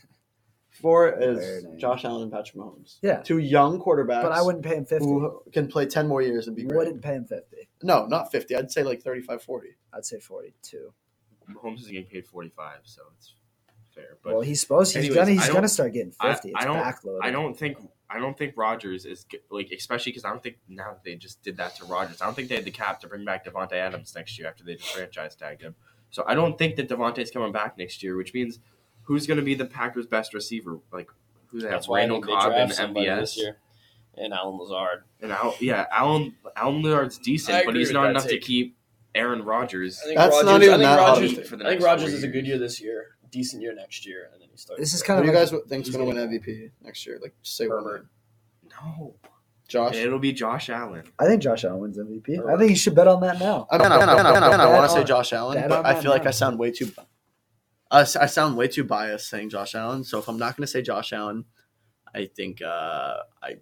S2: for is
S1: Very nice.
S2: Josh Allen and Patrick Mahomes.
S1: Yeah.
S2: Two young quarterbacks
S1: but I wouldn't pay him 50.
S2: who can play 10 more years and be great.
S1: Wouldn't pay him 50.
S2: No, not 50. I'd say like 35, 40.
S1: I'd say 42.
S5: Mahomes is getting paid forty five, so it's fair. But
S1: Well, he's supposed he's
S5: anyways,
S1: gonna
S5: I
S1: he's
S5: don't-
S1: gonna start getting
S5: I-
S1: 50. it's
S5: I don't-
S1: backloaded.
S5: I don't think
S3: um,
S5: I don't think Rodgers is g- like especially because I don't think now that they just did that to Rodgers. I don't think they had the cap to bring back Devonte Adams next year after they just franchise tagged him. So I don't think that Devontae's coming back next year, which means who's going to be the Packers' best receiver? Like who they have?
S3: That's why I
S5: Randall
S3: think they
S5: Cobb and
S3: draft somebody this
S5: MBS.
S3: year. And Alan Lazard.
S5: And Al, yeah, Alan Alan Lillard's
S3: I
S5: decent, but
S3: agree
S5: he's
S3: with
S5: not
S3: that
S5: enough
S3: take.
S5: to keep Aaron Rodgers.
S3: I think
S2: That's
S3: Rodgers,
S2: not even
S3: I think
S2: that hard
S3: Rodgers,
S5: to think for the
S3: I think
S5: next
S3: Rodgers
S5: four
S3: is a good
S5: years.
S3: year this year, decent year next year, and then he starts.
S1: This is
S2: Who
S1: kind
S2: do you
S1: of like,
S2: guys think's going to win MVP next year? Like, just say one
S1: Herbert.
S2: name.
S5: No,
S2: Josh.
S5: it'll be Josh Allen.
S1: I think Josh Allen wins MVP. I think you should bet on that now.
S2: I, man, I, man, I, man, I, man, I
S1: Bet
S2: want to say
S1: on-
S2: Josh Allen,
S1: bet
S2: but
S1: on
S2: I
S1: that
S2: feel like
S1: man.
S2: I sound way too. I, s- I sound way too biased saying Josh Allen. So if I'm not going to say Josh Allen, I think uh, I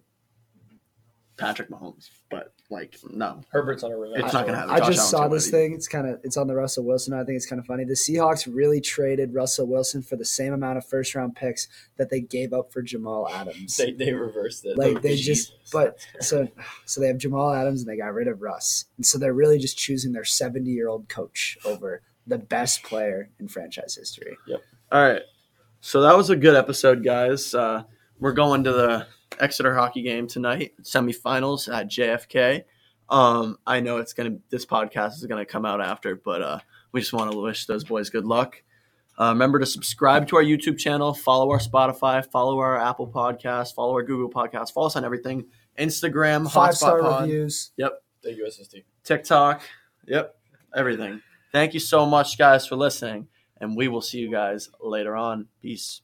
S2: Patrick Mahomes. But like, no,
S3: Herbert's on a revenge.
S2: it's not going to
S3: tour.
S2: happen.
S1: I
S2: Josh
S1: just
S2: Allen's
S1: saw
S2: gonna win
S1: this
S2: it.
S1: thing. It's kind of it's on the Russell Wilson. I think it's kind of funny. The Seahawks really traded Russell Wilson for the same amount of first round picks that they gave up for Jamal Adams.
S3: They, they reversed it.
S1: like they just but so so they have Jamal Adams and they got rid of Russ. And so they're really just choosing their 70-year-old coach over the best player in franchise history.
S2: All right. So that was a good episode, guys. Uh, we're going to the Exeter hockey game tonight, semifinals at JFK. Um, I know it's gonna. This podcast is gonna come out after, but uh, we just want to wish those boys good luck. Uh, remember to subscribe to our YouTube channel, follow our Spotify, follow our Apple Podcast, follow our Google Podcast, follow us on everything. Instagram,
S1: Five
S2: Hotspot
S1: star
S2: Pod,
S1: reviews.
S3: Thank you, SST.
S2: TikTok. Yep, everything. Thank you so much, guys, for listening, and we will see you guys later on. Peace.